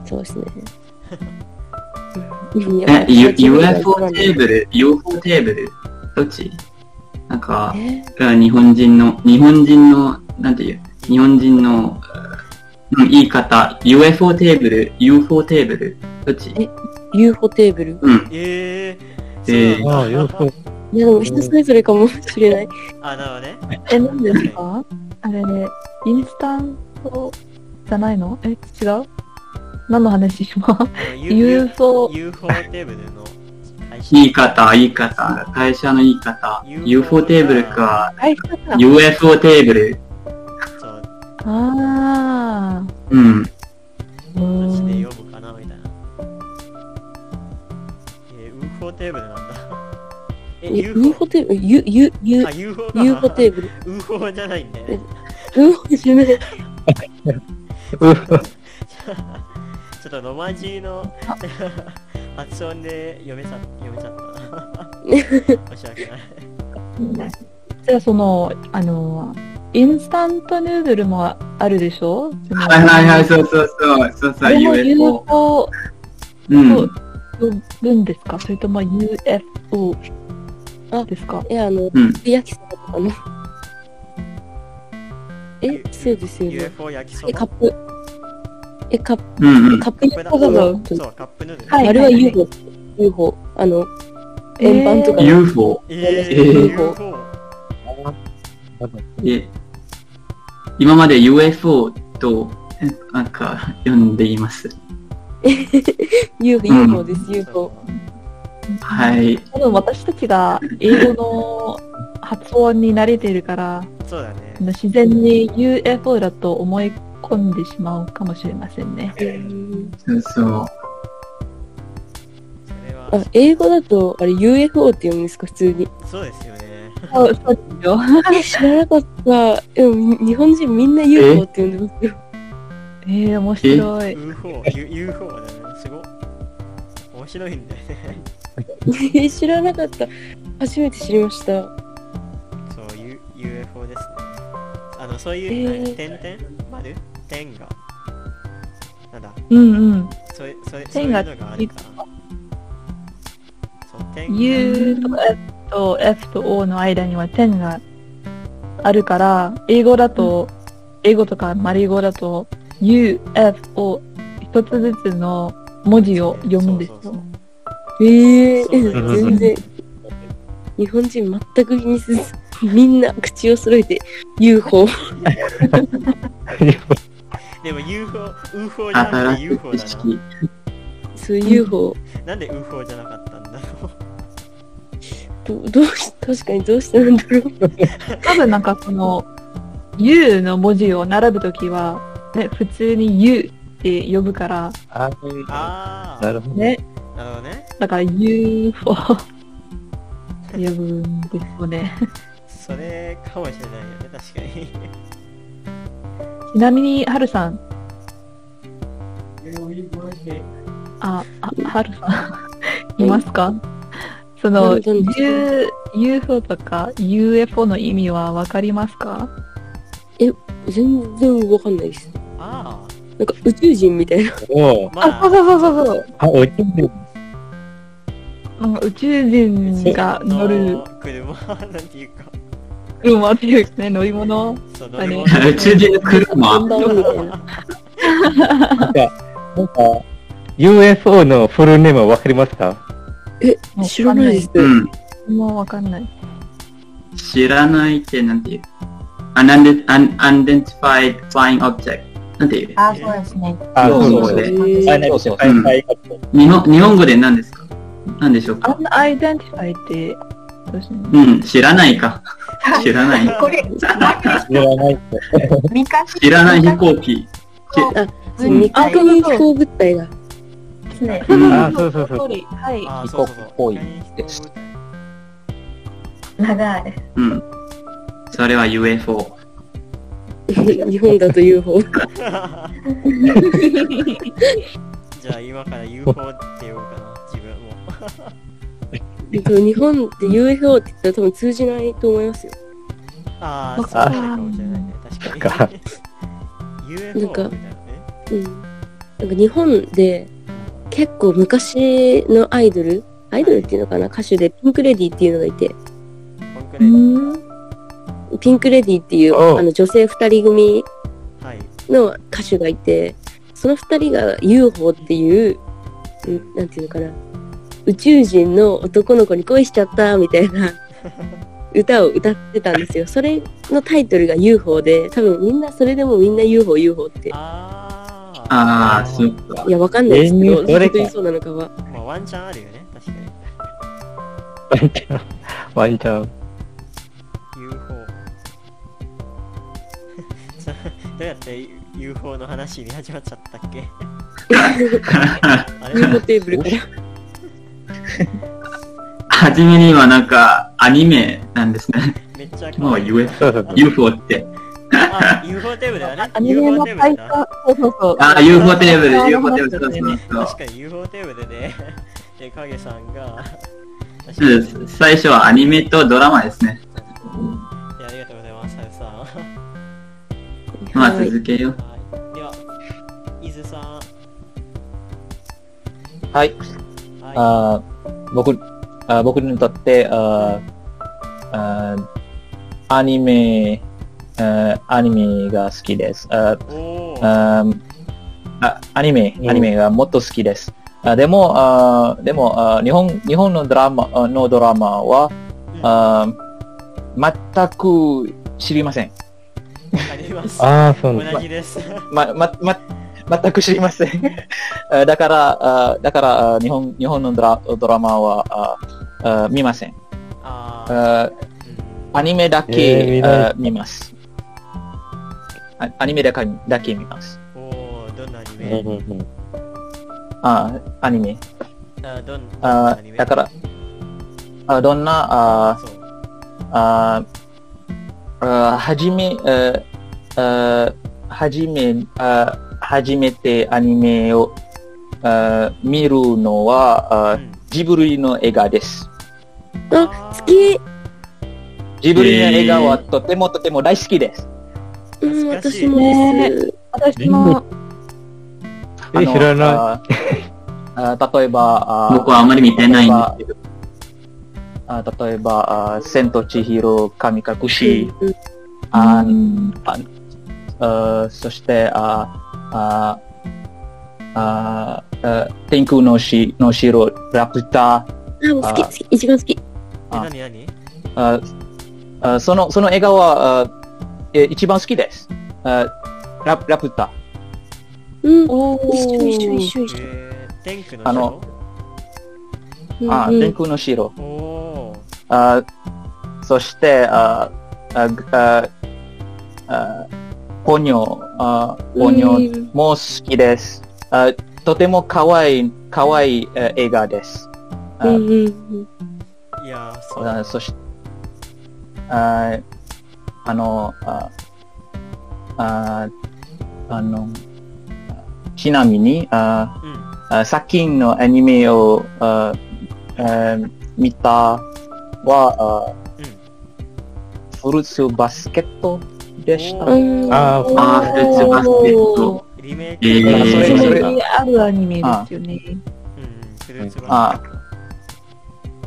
S6: そうです ね。うんや
S5: え
S6: っぱ、
S5: U-
S6: 一番
S5: UFO テーブル ?UFO テーブルどっちなんか、
S6: え
S5: が日本人の、日本人の、なんていう、日本人の、うん、言い方、UFO テーブル、UFO テーブル、どっち
S6: え UFO テーブル。
S5: うん、
S1: ええ
S5: えー
S1: そう
S7: あ
S1: な
S7: あ、
S1: ん
S7: よ
S1: だ
S7: く、
S6: いやでも人それぞれかもしれない。
S1: あ、なるほどね。
S3: え、何ですかあれね、インスタントじゃないのえ、違う何の話今
S1: あの U-
S3: ?UFO。
S1: UFO テーブルの配
S5: 言
S1: 信
S5: い。方、言い方、会社の言い方、
S1: UFO
S5: UFO テーブルか、
S3: あ、いたか。
S5: UFO テーブル、
S1: そう、
S3: あ
S5: うん、
S3: ー。う
S1: どっちで
S3: ーん。
S1: 読むかなみたいな。えー、UFO テーブルなんだ。え、
S6: え UFO テーブル、U、U、U
S1: あ、、UFO か。
S6: UFO テーブル。
S1: UFO じゃないんだよね。
S6: UFO じゃない。
S1: ちょっとロマ字の 発音で読めさ読めちゃった。申し訳ない。
S3: じゃあその、あの、インスタントヌードルもあるでしょ
S5: はいはいはい、そうそうそう、そ
S3: あ
S5: うそう、
S3: れも
S5: UFO。
S3: UFO
S5: うん、
S3: 分ですかそれとも UFO
S6: あ
S3: ですか
S6: え、あの、
S5: うん、
S6: 焼きそばとかの。 え、そうですよね。
S1: UFO 焼きそ
S6: え、カッ
S1: ば。
S6: プ。え、カップ、
S5: うん、うん、
S6: カップ焼きそば
S3: そう
S6: の
S3: そう。
S1: そう、カップヌードル。
S3: はい
S6: あれは UFO。UFO。あの、円盤とか。
S5: UFO。
S1: え
S5: え
S1: ー、
S5: ー
S1: UFO。
S5: え今まで UFO と、えなんか、呼んでいます。
S6: UFO、
S5: うん
S6: UFO です、UFO。
S5: はい。
S3: 多分私たちが英語の発音に慣れてるから、
S1: そうだね
S3: あ。の自然に UFO だと思い込んでしまうかもしれませんね。
S6: うん
S5: そうそ
S1: そ
S5: う。
S1: れ
S6: あ
S1: は、
S6: 英語だと、あれ UFO って読むんですか、普通に。
S1: そうですよね。
S3: そうそうですよ。
S6: え、知らなかった。でも、日本人みんな UFO って呼んでますよ。
S3: えー、面白い。
S1: UFO、U- UFO だね。すごっ。面白いんだよね。
S6: え、知らなかった。初めて知りました。
S1: そう、U、UFO ですね。あの、そう
S6: え
S1: いう、
S6: ー
S1: 何点々丸点が。なんだ、
S3: うんうん。
S1: それ、それ、そうい
S3: 点
S1: う
S3: が
S1: のがあるから。そう、点
S3: U と F と F と O の間には点があるから、英語だと、英語とかマリ語だと UFO 一つずつの文字を読むんです
S1: そうそう
S3: よ
S1: そ。
S6: ええ
S1: そう
S6: 全然。日本人全く気にせず、みんな口を揃えて UFO。
S1: うでも UFO、UFO じゃなくて
S5: 新しい
S1: UFO
S5: 知
S1: だ
S5: 識。
S6: そう、UFO。
S1: な。なんで UFO じゃなかったんだろ
S6: どどうし、確かにどうしてなんだろう。
S3: 多分なんかその U の文字を並ぶときは、ね、普通に U って呼ぶから、
S7: あ
S1: う。ああ、
S7: なるほど。
S3: ね、
S1: なるほどね。
S3: だから UFO って呼ぶんですよね。
S1: それかもしれないよね、確かに。
S3: ちなみに、はるさん。あ、あ、はるさ ん。いますかその、
S6: どんどん
S3: U、UFO とか UFO の意味はわかりますか
S6: 全然わかんないです。
S1: あ
S6: なんか宇宙人みたいな。
S7: おう
S1: あ、まあ、
S3: そうそうそう。
S7: あ、おちん
S3: なんか宇宙人が乗る
S1: あの車、なんていうか、
S3: 車っていうね、乗り物。
S1: そう、乗り
S3: あ
S1: 物
S3: の。
S5: 宇宙人の車
S6: こんばんはみたいな。
S7: なんか、なんか、UFO のフルネームわかりますか
S3: もう
S6: 知らないです。。
S5: うん。
S3: もうわかんない。
S5: 知らないってなんていう ?unidentified flying object。なんていう
S2: あ、そうですね。
S7: あ、
S5: そう
S7: そう
S5: そう
S7: そう。
S6: え
S7: は
S6: ー
S7: い、そうそう。
S5: はいはい日本日本語で何ですか何でしょうか
S3: unidentified って、どうしてんの
S5: うん、知らないか。知らない。
S2: これ、
S7: 知らないって。
S2: 未確
S5: 知らない飛行機。
S6: そう未確認飛行物体 だ。
S2: ですね。
S5: うん
S7: あ、そうそうそう。
S3: はい。
S1: あ、
S4: 飛
S1: そうそ
S4: 行
S1: うそう。
S4: 行為
S1: 機械飛行
S4: です
S1: 物体
S2: 長い。
S5: うん。それは UFO。
S6: 日本だと UFO。
S1: じゃあ今から UFO って呼ぶかな自分も
S6: 日本で UFO って言ったら多分通じないと思いますよ。
S1: あ
S3: そ
S1: あ
S3: っ
S1: そう
S3: か
S1: かもしれないね確
S7: そ
S1: か
S7: っか
S1: に UFO みたいなね
S6: うん。なんか日本で結構昔のアイドル、アイドルっていうのかな歌手でピンクレディーっていうのがいて、
S1: コンク
S3: う
S1: レー
S3: ん。
S6: ピンクレディーっていう
S7: おう
S6: あの女性二人組
S1: トはい
S6: の歌手がいて、その二人が UFO っていう、うんなんていうのかな、宇宙人の男の子に恋しちゃったみたいな歌を歌ってたんですよ。それのタイトルが UFO で、多分みんなそれでもみんな UFO、UFO って。
S1: あー
S5: ああ、そっか
S6: い。や、わかんないですけ
S7: え
S6: ど、
S7: ーそれ
S6: 本
S7: か
S6: 当にそうなのかは。
S1: まあワンチャンあるよね確かに
S7: ワンチャン。ワンチャン。
S1: UFO ちょ どうやって UFO の話に始まっちゃったっけ あれ
S6: ルームテーブルから。
S5: はじめにはなんか、アニメなんですね。
S1: めっちゃ
S5: もう UFO。
S7: そうそうそう。
S5: UFO って。
S1: あ UFO テーブルだね
S3: アニメ
S1: UFO
S3: の
S1: テーブ
S3: 最
S1: ル
S3: 多
S1: だな、
S3: そうそうそう。
S5: ああ、UFO テーブル、
S3: あ
S5: UFO テーブ
S3: ありま
S5: ル、
S3: し
S5: そうそう
S1: 確かに UFO テーブルで ねで影さんが確
S5: そううん。最初はアニメとドラマですね。
S1: いやありがとうございます、ハルさん。は
S5: まあ、
S6: はい
S5: 続けよう。
S1: い。では、伊豆さん。
S4: はい。
S1: は
S4: あー僕あー僕にとってあーあーアニメあーアニメが好きです。あー
S1: い。おー。
S4: あーあアニメ
S7: うん
S4: アニメがもっと好きです。あでもあーでもあー日本日本のドラマあのドラマは
S1: うんわ
S4: あー全く知りません。
S1: かります。
S7: ああ、そうなんだ
S1: 同じです。
S4: ままま全く知りません。 あだからあだからあ日本日本のドラドラマはああ見ません。
S1: あー。
S4: あ
S1: うん
S4: アニメだ
S7: えー見
S4: け、
S7: ない
S4: あ見ますあアニメだけだけ見ます。
S1: おー、どんなアニ
S7: うん
S1: メ
S7: うんうん。
S4: あアニメ。
S1: あどんどんな
S4: あ
S1: アニメ
S4: だから、あどんな、あ
S1: そう。
S4: ああはじめ、ああはじめ、あ初めてアニメをあ見るのは、
S1: う
S4: あ
S1: ん
S4: ジブリの映画です。
S1: あ
S6: あ、
S1: ー
S6: 好き。
S4: ジブリの映画はとてもとても大好きです。
S6: うん、
S1: 懐かしい
S6: 私もです。
S3: 私も、
S7: え、知らない。
S4: ああ例えば、あ
S5: 僕はあまり見てないんですけど。
S4: あ例えば、あ千と千尋、神隠し、
S6: うん
S4: あああそして、ああああ天空のしの城、ラピュタ、
S6: あ、もう好き、
S4: あ
S6: 好き、一番好き。
S1: え、
S4: あ
S1: なになに
S4: ああその、その映画は、あえ一番好きです。あララプタ。
S6: うん。
S3: おー
S6: 一緒一緒一緒一緒。
S1: えー、天空の
S4: あの
S6: うん
S4: あ、
S6: うん
S4: 天空の城。
S1: 城おー。
S4: あそして、ああああポニョ、あポニョ
S6: うん
S4: も好きです。あとても可愛い、可愛いえ映画です。あ
S6: うんうん
S1: いやー、そう。
S4: あそして、ああの、あああの、ちなみに、あ
S1: うん。
S4: あ作品のアニメをああ見たは、
S1: うん。
S4: あフルーツバスケットでした。
S1: おー
S6: うん。
S7: あー
S5: ああ、フルーツバスケット。
S1: リメイク。
S5: えー
S4: あそれそれ
S3: ジブリあるアニメですよね。
S1: うん。フルーツバスケット
S4: あ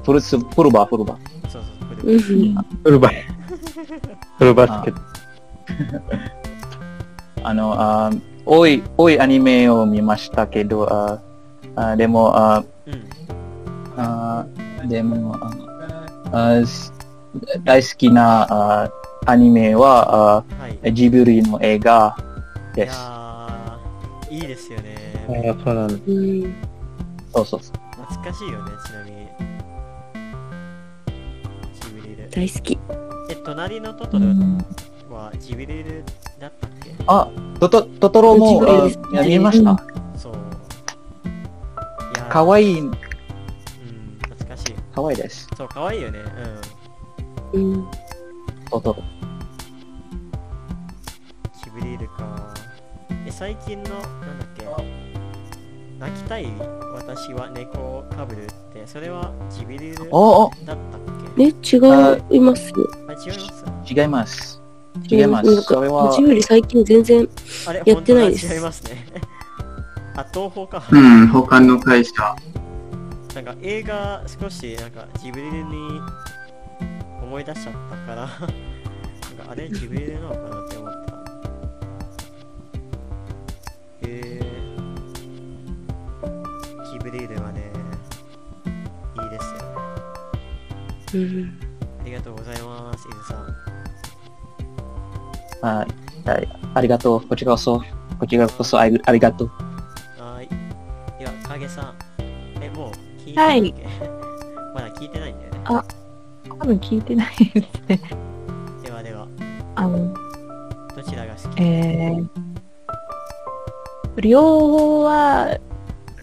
S4: フルーツ、フルバ、フルバ。
S1: そうそう、フルーツ
S6: うんうん
S7: フルバイ。フルバスケット。
S4: あ の、あー多い、多いアニメを見ましたけど、あーあーでも、あー
S1: うん。
S4: あーでも、あーあーす大好きなあーアニメは、あ
S1: はい。
S4: ージブリの映画
S1: い
S4: で
S1: や
S4: す。
S1: ーいいですよね。
S7: ああ、そうなんだ。
S6: うん。
S4: そうそうそう。
S1: 懐かしいよねちなみにジブリル
S6: 大好き。
S1: え隣のト
S3: う
S1: トロ
S3: ん
S1: はジブリルだったっけ、
S4: あ、トト、トトロも
S6: ジブリ
S4: あ
S6: ですね
S4: ー見ました。
S1: そういやー
S4: かわいい、
S1: うん懐かしい
S4: かわいいです。
S1: そうかわいいよねうん
S6: うん。
S4: そうそう。
S1: キブリールかえ最近のなんだっけ泣きたい私は猫をかぶるってそれはキブリール
S4: おーお
S1: だったっけ
S6: え、違いますよ。
S1: あ違います
S4: ー、違います。違います。それは
S6: うち、より最近全然、
S1: あれ
S6: やってないです
S1: 本当だ違いますね あ東宝か
S5: うん、他の会社。
S1: なんか映画少しなんかジブリルに思い出しちゃったからなんかあれジブリルなのかなって思ったえー、ジブリルはねいいですよね
S6: うん、
S1: ありがとうございます伊豆さん
S4: はい。はい。ありがとう。こちらこそ。こちらこそありありがとう。
S1: はーいでは影さんえもう聞いて
S3: はい
S1: んだっけ まだ聞いてないんだよね
S3: 多分聞いてない ですね。
S1: ではでは
S3: あの、
S1: どちらが好き
S3: えー、両方は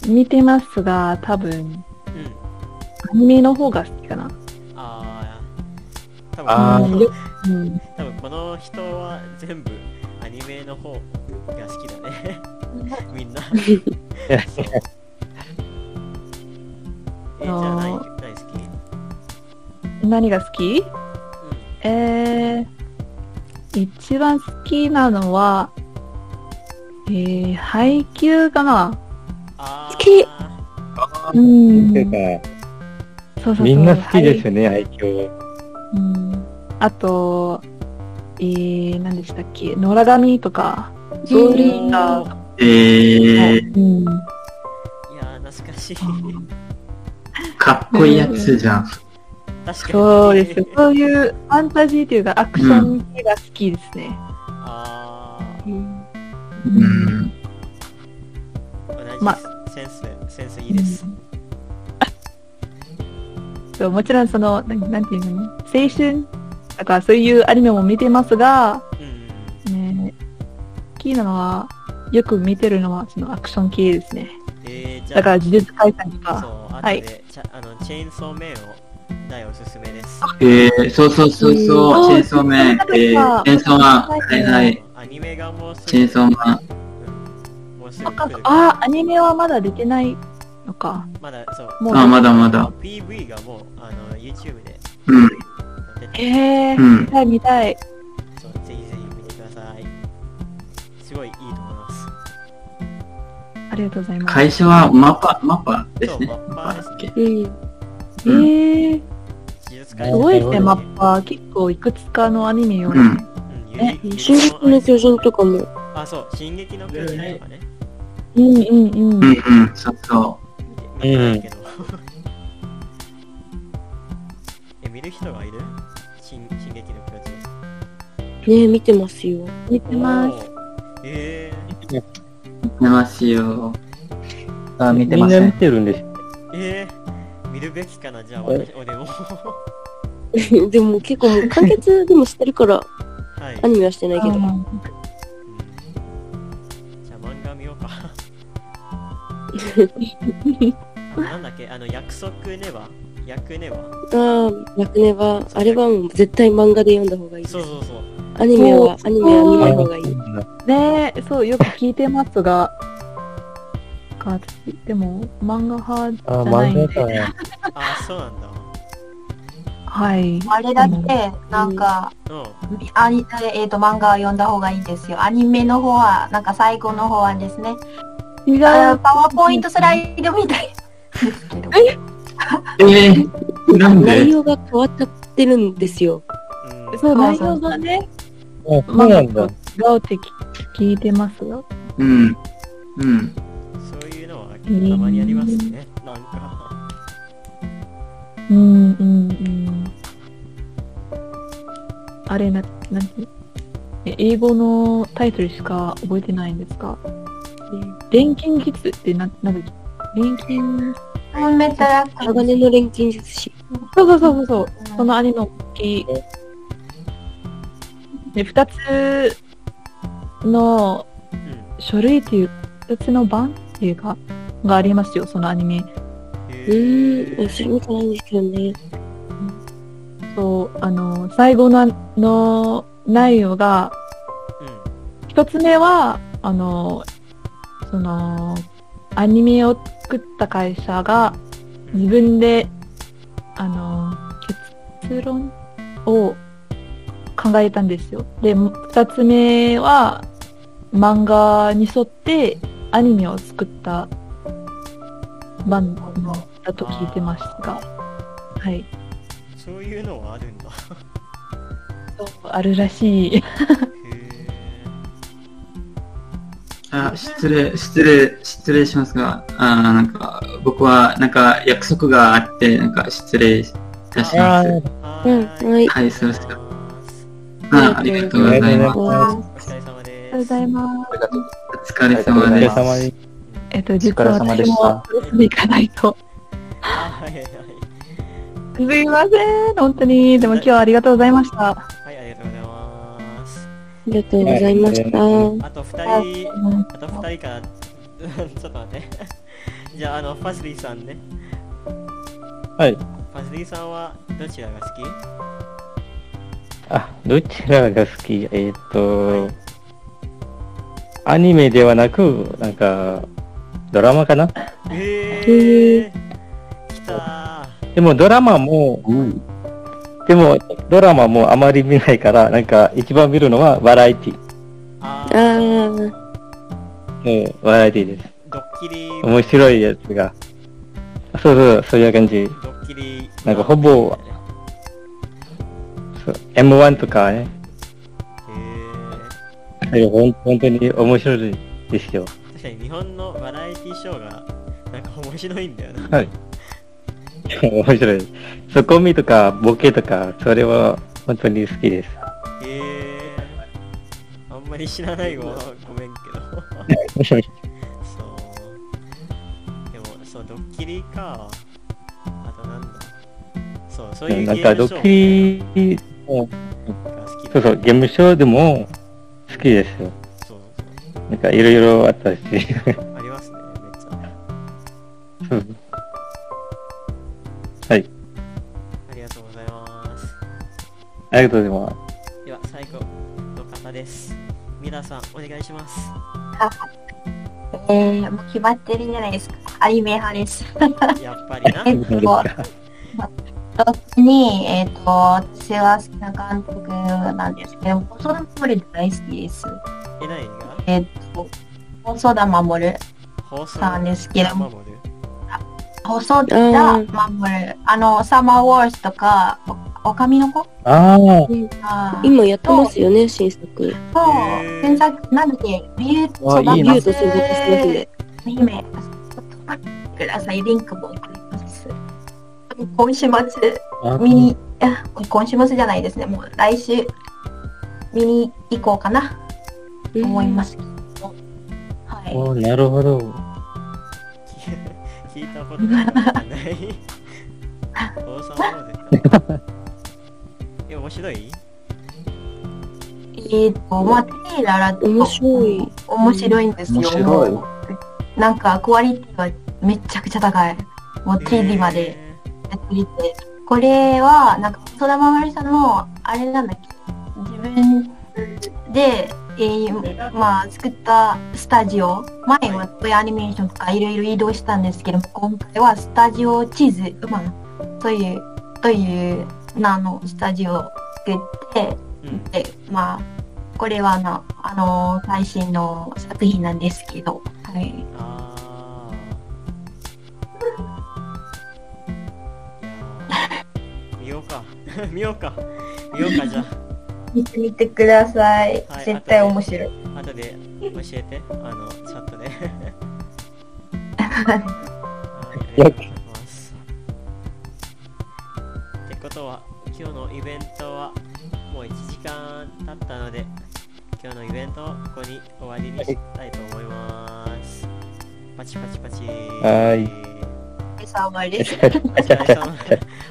S3: 見てますが、多分、
S1: うん
S3: アニメの方が好きかな。
S1: ああ多分
S4: あー
S3: うんようん、
S1: 多分この人は全部アニメの方が好きだねみんなそうえじゃあ何何好き
S3: 何が好きえー、一番好きなのは、えー、配給かな
S1: あー
S6: 好き
S3: うん。
S7: ていうか、
S3: そうそうそう
S7: みんな好きですよね、愛嬌。
S3: うんあと、えー、何でしたっけ、野良神とか、ゾウリーターとか、
S5: えー、
S3: うん、
S1: いやー懐かしい
S5: かっこいいやつじゃん。
S1: 確かに
S3: そうですよ。そういうファンタジーというか、アクション系が好きですね。
S1: ああ
S6: うん
S5: うん。
S1: 同じです、
S3: ま
S1: センスセンスいいです、
S3: そうもちろん、その、なんなんていうのね、青春とか、そういうアニメも見てますが、
S1: うん
S3: ね、好きなのは、よく見てるのは、そのアクション系ですね。
S1: えー、じゃあ
S3: だから、呪術改戦と
S1: そ
S3: か、
S1: う後で、
S3: はい
S1: チャあのチェーンソーメンを大おすすめです
S5: えー、そうそうそうそう、チェーンソーメン、えー、チェーンソーマン、はいはい、
S1: アニメがもうすぐ
S5: チェーンソーマ
S1: う
S5: ン、
S1: んもうすぐ
S3: あ
S1: 来る
S3: あ、アニメはまだ出てないのか。
S1: まだそう
S3: もう、
S5: あ、まだまだ。
S1: PV がもうあの YouTube で
S5: うん、
S1: 出て
S3: えー、
S5: うん
S3: 見たい見たい。
S1: そうぜひぜひ見てくださいすごいいいと思います
S3: ありがとうございます。
S5: 会社はマパ、マパで
S1: そ
S5: す
S1: う
S5: ね。
S1: マッパーですね
S6: うん、
S3: え
S5: うん
S3: ー、
S1: 技術
S3: す
S1: 会
S3: ごいですね、
S7: うん
S3: マッパー。結構いくつかのアニメを、ね
S1: うんゆ
S3: ね
S1: り
S6: 進撃の巨人とかも、
S1: あそう進撃の巨人とかね
S3: うんうん
S5: う
S3: うんん。
S5: うん、そうそ
S1: 見て 見てないけどえ見る人がいる進進撃の巨人
S6: ね、見てますよ。
S3: 見てます。
S1: おーえ
S5: う、見てますよ。
S4: あ見て
S7: み
S4: ま
S7: んな
S4: せ
S7: 見
S4: ん。
S7: てるんです。
S1: ー、えー、見るべきかなじゃあ私俺も は
S6: でも結構もう完結でもしてるから、
S1: い、
S6: アニメはしてないけど。
S1: うんじゃあ漫画見ようかなんだっけあの約束ねば約ねば
S6: ああ、楽ねは、あれはもう絶対漫画で読んだ方がいいです
S1: そう。そうそう
S6: アニメは、
S3: そ
S6: アニメは見ない方がいい。
S7: あ
S3: ねえ、そう、よく聞いてますが、か私でも、漫画派じ
S7: あ、
S3: ゃないん
S7: 漫
S3: で、
S7: 画か。
S1: あそうなんだ
S3: はい。
S2: あれだって、なんか、
S1: う
S2: アニえっ、と、漫画は読んだ方がいいんですよ。アニメの方は、なんか最後の方はですね、
S3: 違う。
S2: あのパワーポイントスライドみたいですけど。
S5: えー、なん
S6: 内
S5: で
S6: 容が変わっちゃってるんですよ。
S1: ん、うん、
S3: そう、内容がね、
S7: あ、そうなんだ
S3: と。違うって聞いてますよ。
S5: うん、うん、
S1: そういうのはたまにありますね、なんか
S3: うんうんうん。あれ、な、なんてえ英語のタイトルしか覚えてないんですか錬金術ってな、なんだっけ錬金
S2: うんめっちゃ楽
S6: 鋼の錬金術師。
S3: そうそうそうそうそう。
S2: うん
S3: その兄の大きい。で、二つの
S1: うん
S3: 書類っていう、二つの版っていうか、がありますよ、そのアニメ。
S1: へ
S6: うーん、
S1: ー
S6: それ見てないんですけどね。
S3: そう、あの、最後の、の内容が、
S1: うん
S3: 一つ目は、あの、その、アニメを作った会社が自分で、あの、結論を考えたんですよ。で、二つ目は、漫画に沿ってアニメを作ったバンドだと聞いてますが、はい。
S1: そういうのはあるんだ
S3: そうあるらしい。
S1: へ
S5: あ失礼、失礼、失礼しますが、あーなんか、僕は、なんか、約束があって、なんか、失礼いたしま
S7: あ
S5: す。
S7: ー
S1: ーは
S6: うん、
S1: ーい
S6: はい。
S5: はい、そろそろ。
S1: お
S5: あーありがとうございます。お
S7: あ
S1: 疲れ様です
S3: ありがとうございます。
S4: ありがとう
S5: 疲れ
S7: お
S5: 様
S7: 疲
S5: で
S7: れ
S5: す。
S7: 様です。
S3: えっと、実は
S4: お疲れ様で
S3: 私
S4: し
S3: も
S4: た
S3: レッスンに行かないと。
S1: はいはい
S3: すいません、本当に。でも今日はありがとうございました。
S1: はい、ありがとうございます
S6: ありがとうございました。
S1: あと
S2: は
S1: 2人
S3: うん
S1: あと2人から、ちょっと待って。 じゃあ、あの、ファズリーさんね。
S7: はい。
S1: ファズリーさんはどちらが好き
S7: あ、どちらが好きえーっと、アニメではなく、なんか、ドラマかな
S1: えー、来た
S7: でもドラマも、でもドラマもあまり見ないから、なんか一番見るのはバラエティ。
S1: ー。あ
S6: あー
S7: うん、バラエティです。
S1: ドッキリ、ド
S7: 面白いやつが。そうそう、そういう感じ。
S1: ッキリ。
S7: なんかほぼそう M1 とかね、
S1: えー、
S7: はいほん本当に面白いですよ。
S1: 確かに日本のバラエティショーが、なんか面白いんだよな。
S7: はい。 面白い。ツッコミとかボケとか、それは本当に好きです。
S1: えー、あんまり知らない わ。ごめんけど。そう。でも、そう、ドッキリか。あとなんだ。そう、そういうゲ
S7: な
S1: ー
S7: ん
S1: ム
S7: かドッキリ、
S1: リが好きだ
S7: そうそう、ゲームショーでも好きですよ。
S1: そう
S7: なんかいろいろあったし。
S1: そう。ありますね、めっち
S7: う
S1: ゃ。
S7: んはい。
S1: ありがとうございます。
S7: ありがとうございま
S1: では、最後の方です。ミラさん、お願いします。
S2: えー、もう決まってるじゃないですか。アニメ派です。
S1: やっぱり な。
S2: え
S1: う
S2: っ
S1: ん。
S2: と、特に、えっ、と、私は好きな監督なんですけど、細田守大好きです。
S1: え、何が
S2: えっ、と、細田守
S1: 放送
S2: さんですけども、
S1: 守る
S2: 細田守、あの、サマーウォーズとか、おおかみの子
S7: す。ああ、
S2: あー
S6: 今やってますよね、新作。
S2: そう
S1: へー、
S2: 原作、なんだっけ、ビュー
S7: あ
S2: ト
S7: いい
S6: 竜
S7: な
S6: と戦国の姫。。
S2: 姫、ちょっと待ってください、リンクも送ります。今週末、
S7: あ
S2: 見に、あ今週末じゃないですね、もう来週、見に行こうかなと思いますすけど。は
S7: おなるほど。
S1: 聞いたことないかもしれない。放送守るか。え、面白い
S2: い。えっ、と、まあ、テイララと
S6: 面白い。
S2: 面白いんですよ。
S4: 面白い
S2: もうなんか、クオリティはめちゃくちゃ高い。もう、テレビまで。
S1: え
S2: やってみてこれはなんか細田守さんのあれなんだっけ自分で、えーまあ、作ったスタジオ前はこういうアニメーションとかいろいろ移動したんですけども今回はスタジオ地図、まあ、というという名のスタジオを作って
S1: ーうん。
S2: でまあこれはなあの最新の作品なんですけど、はい、
S1: あー見ようか 見ようか見ようかじゃ
S2: 見てみてください
S1: はい
S2: 絶対面白い
S1: あ後で教えてあのチャット ではいありがとうございますってことは今日のイベントはもう1時間経ったので今日のイベントをここに終わりにしたいと思いますパチパチパチ
S7: はい
S2: お疲れ様です
S1: お疲れ 様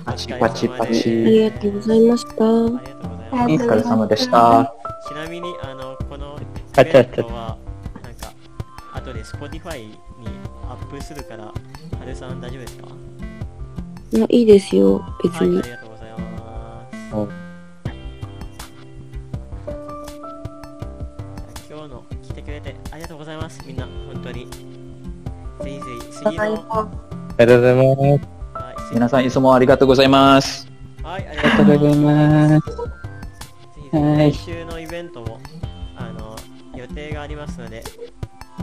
S4: パチパチパチ
S1: お疲
S6: あ
S1: れ様で
S6: りがとうございました。
S1: すありがとうございます
S4: お疲れ様でした。
S1: ちなみにあのこのイ
S7: あち
S1: ベ
S7: ゃ
S1: ン
S7: ちゃ
S1: トはなんか後で Spotify にアップするからはるさん大丈夫ですかは
S6: まあいいですよ、
S1: いあ
S6: 別
S1: り
S6: に
S1: が。とうございます
S4: お
S1: じゃあ今日の来てくれてありがとうございますみんな本当にぜひぜひ
S2: た
S1: 次
S2: だい
S1: の
S2: ま
S4: ありがとうございます。
S1: はい次
S8: 皆さんいつもありがとうございます。
S1: はいあり
S8: あ
S1: がとうございます
S8: ます。
S1: ぜひぜひ来週のイベントもあの予定がありますので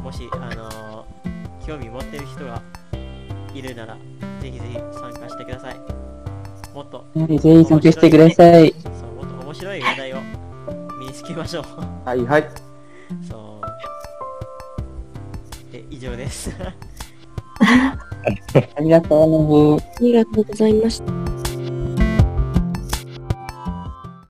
S1: もしあの興味持ってる人がいるならぜひぜひ参加してくださいもっと
S8: ぜひ参加してください。
S1: そうもっと面白い話題を身につけましょう
S8: はいはい。
S1: そうで以上です
S8: ありがとう。
S6: ありがとうございました。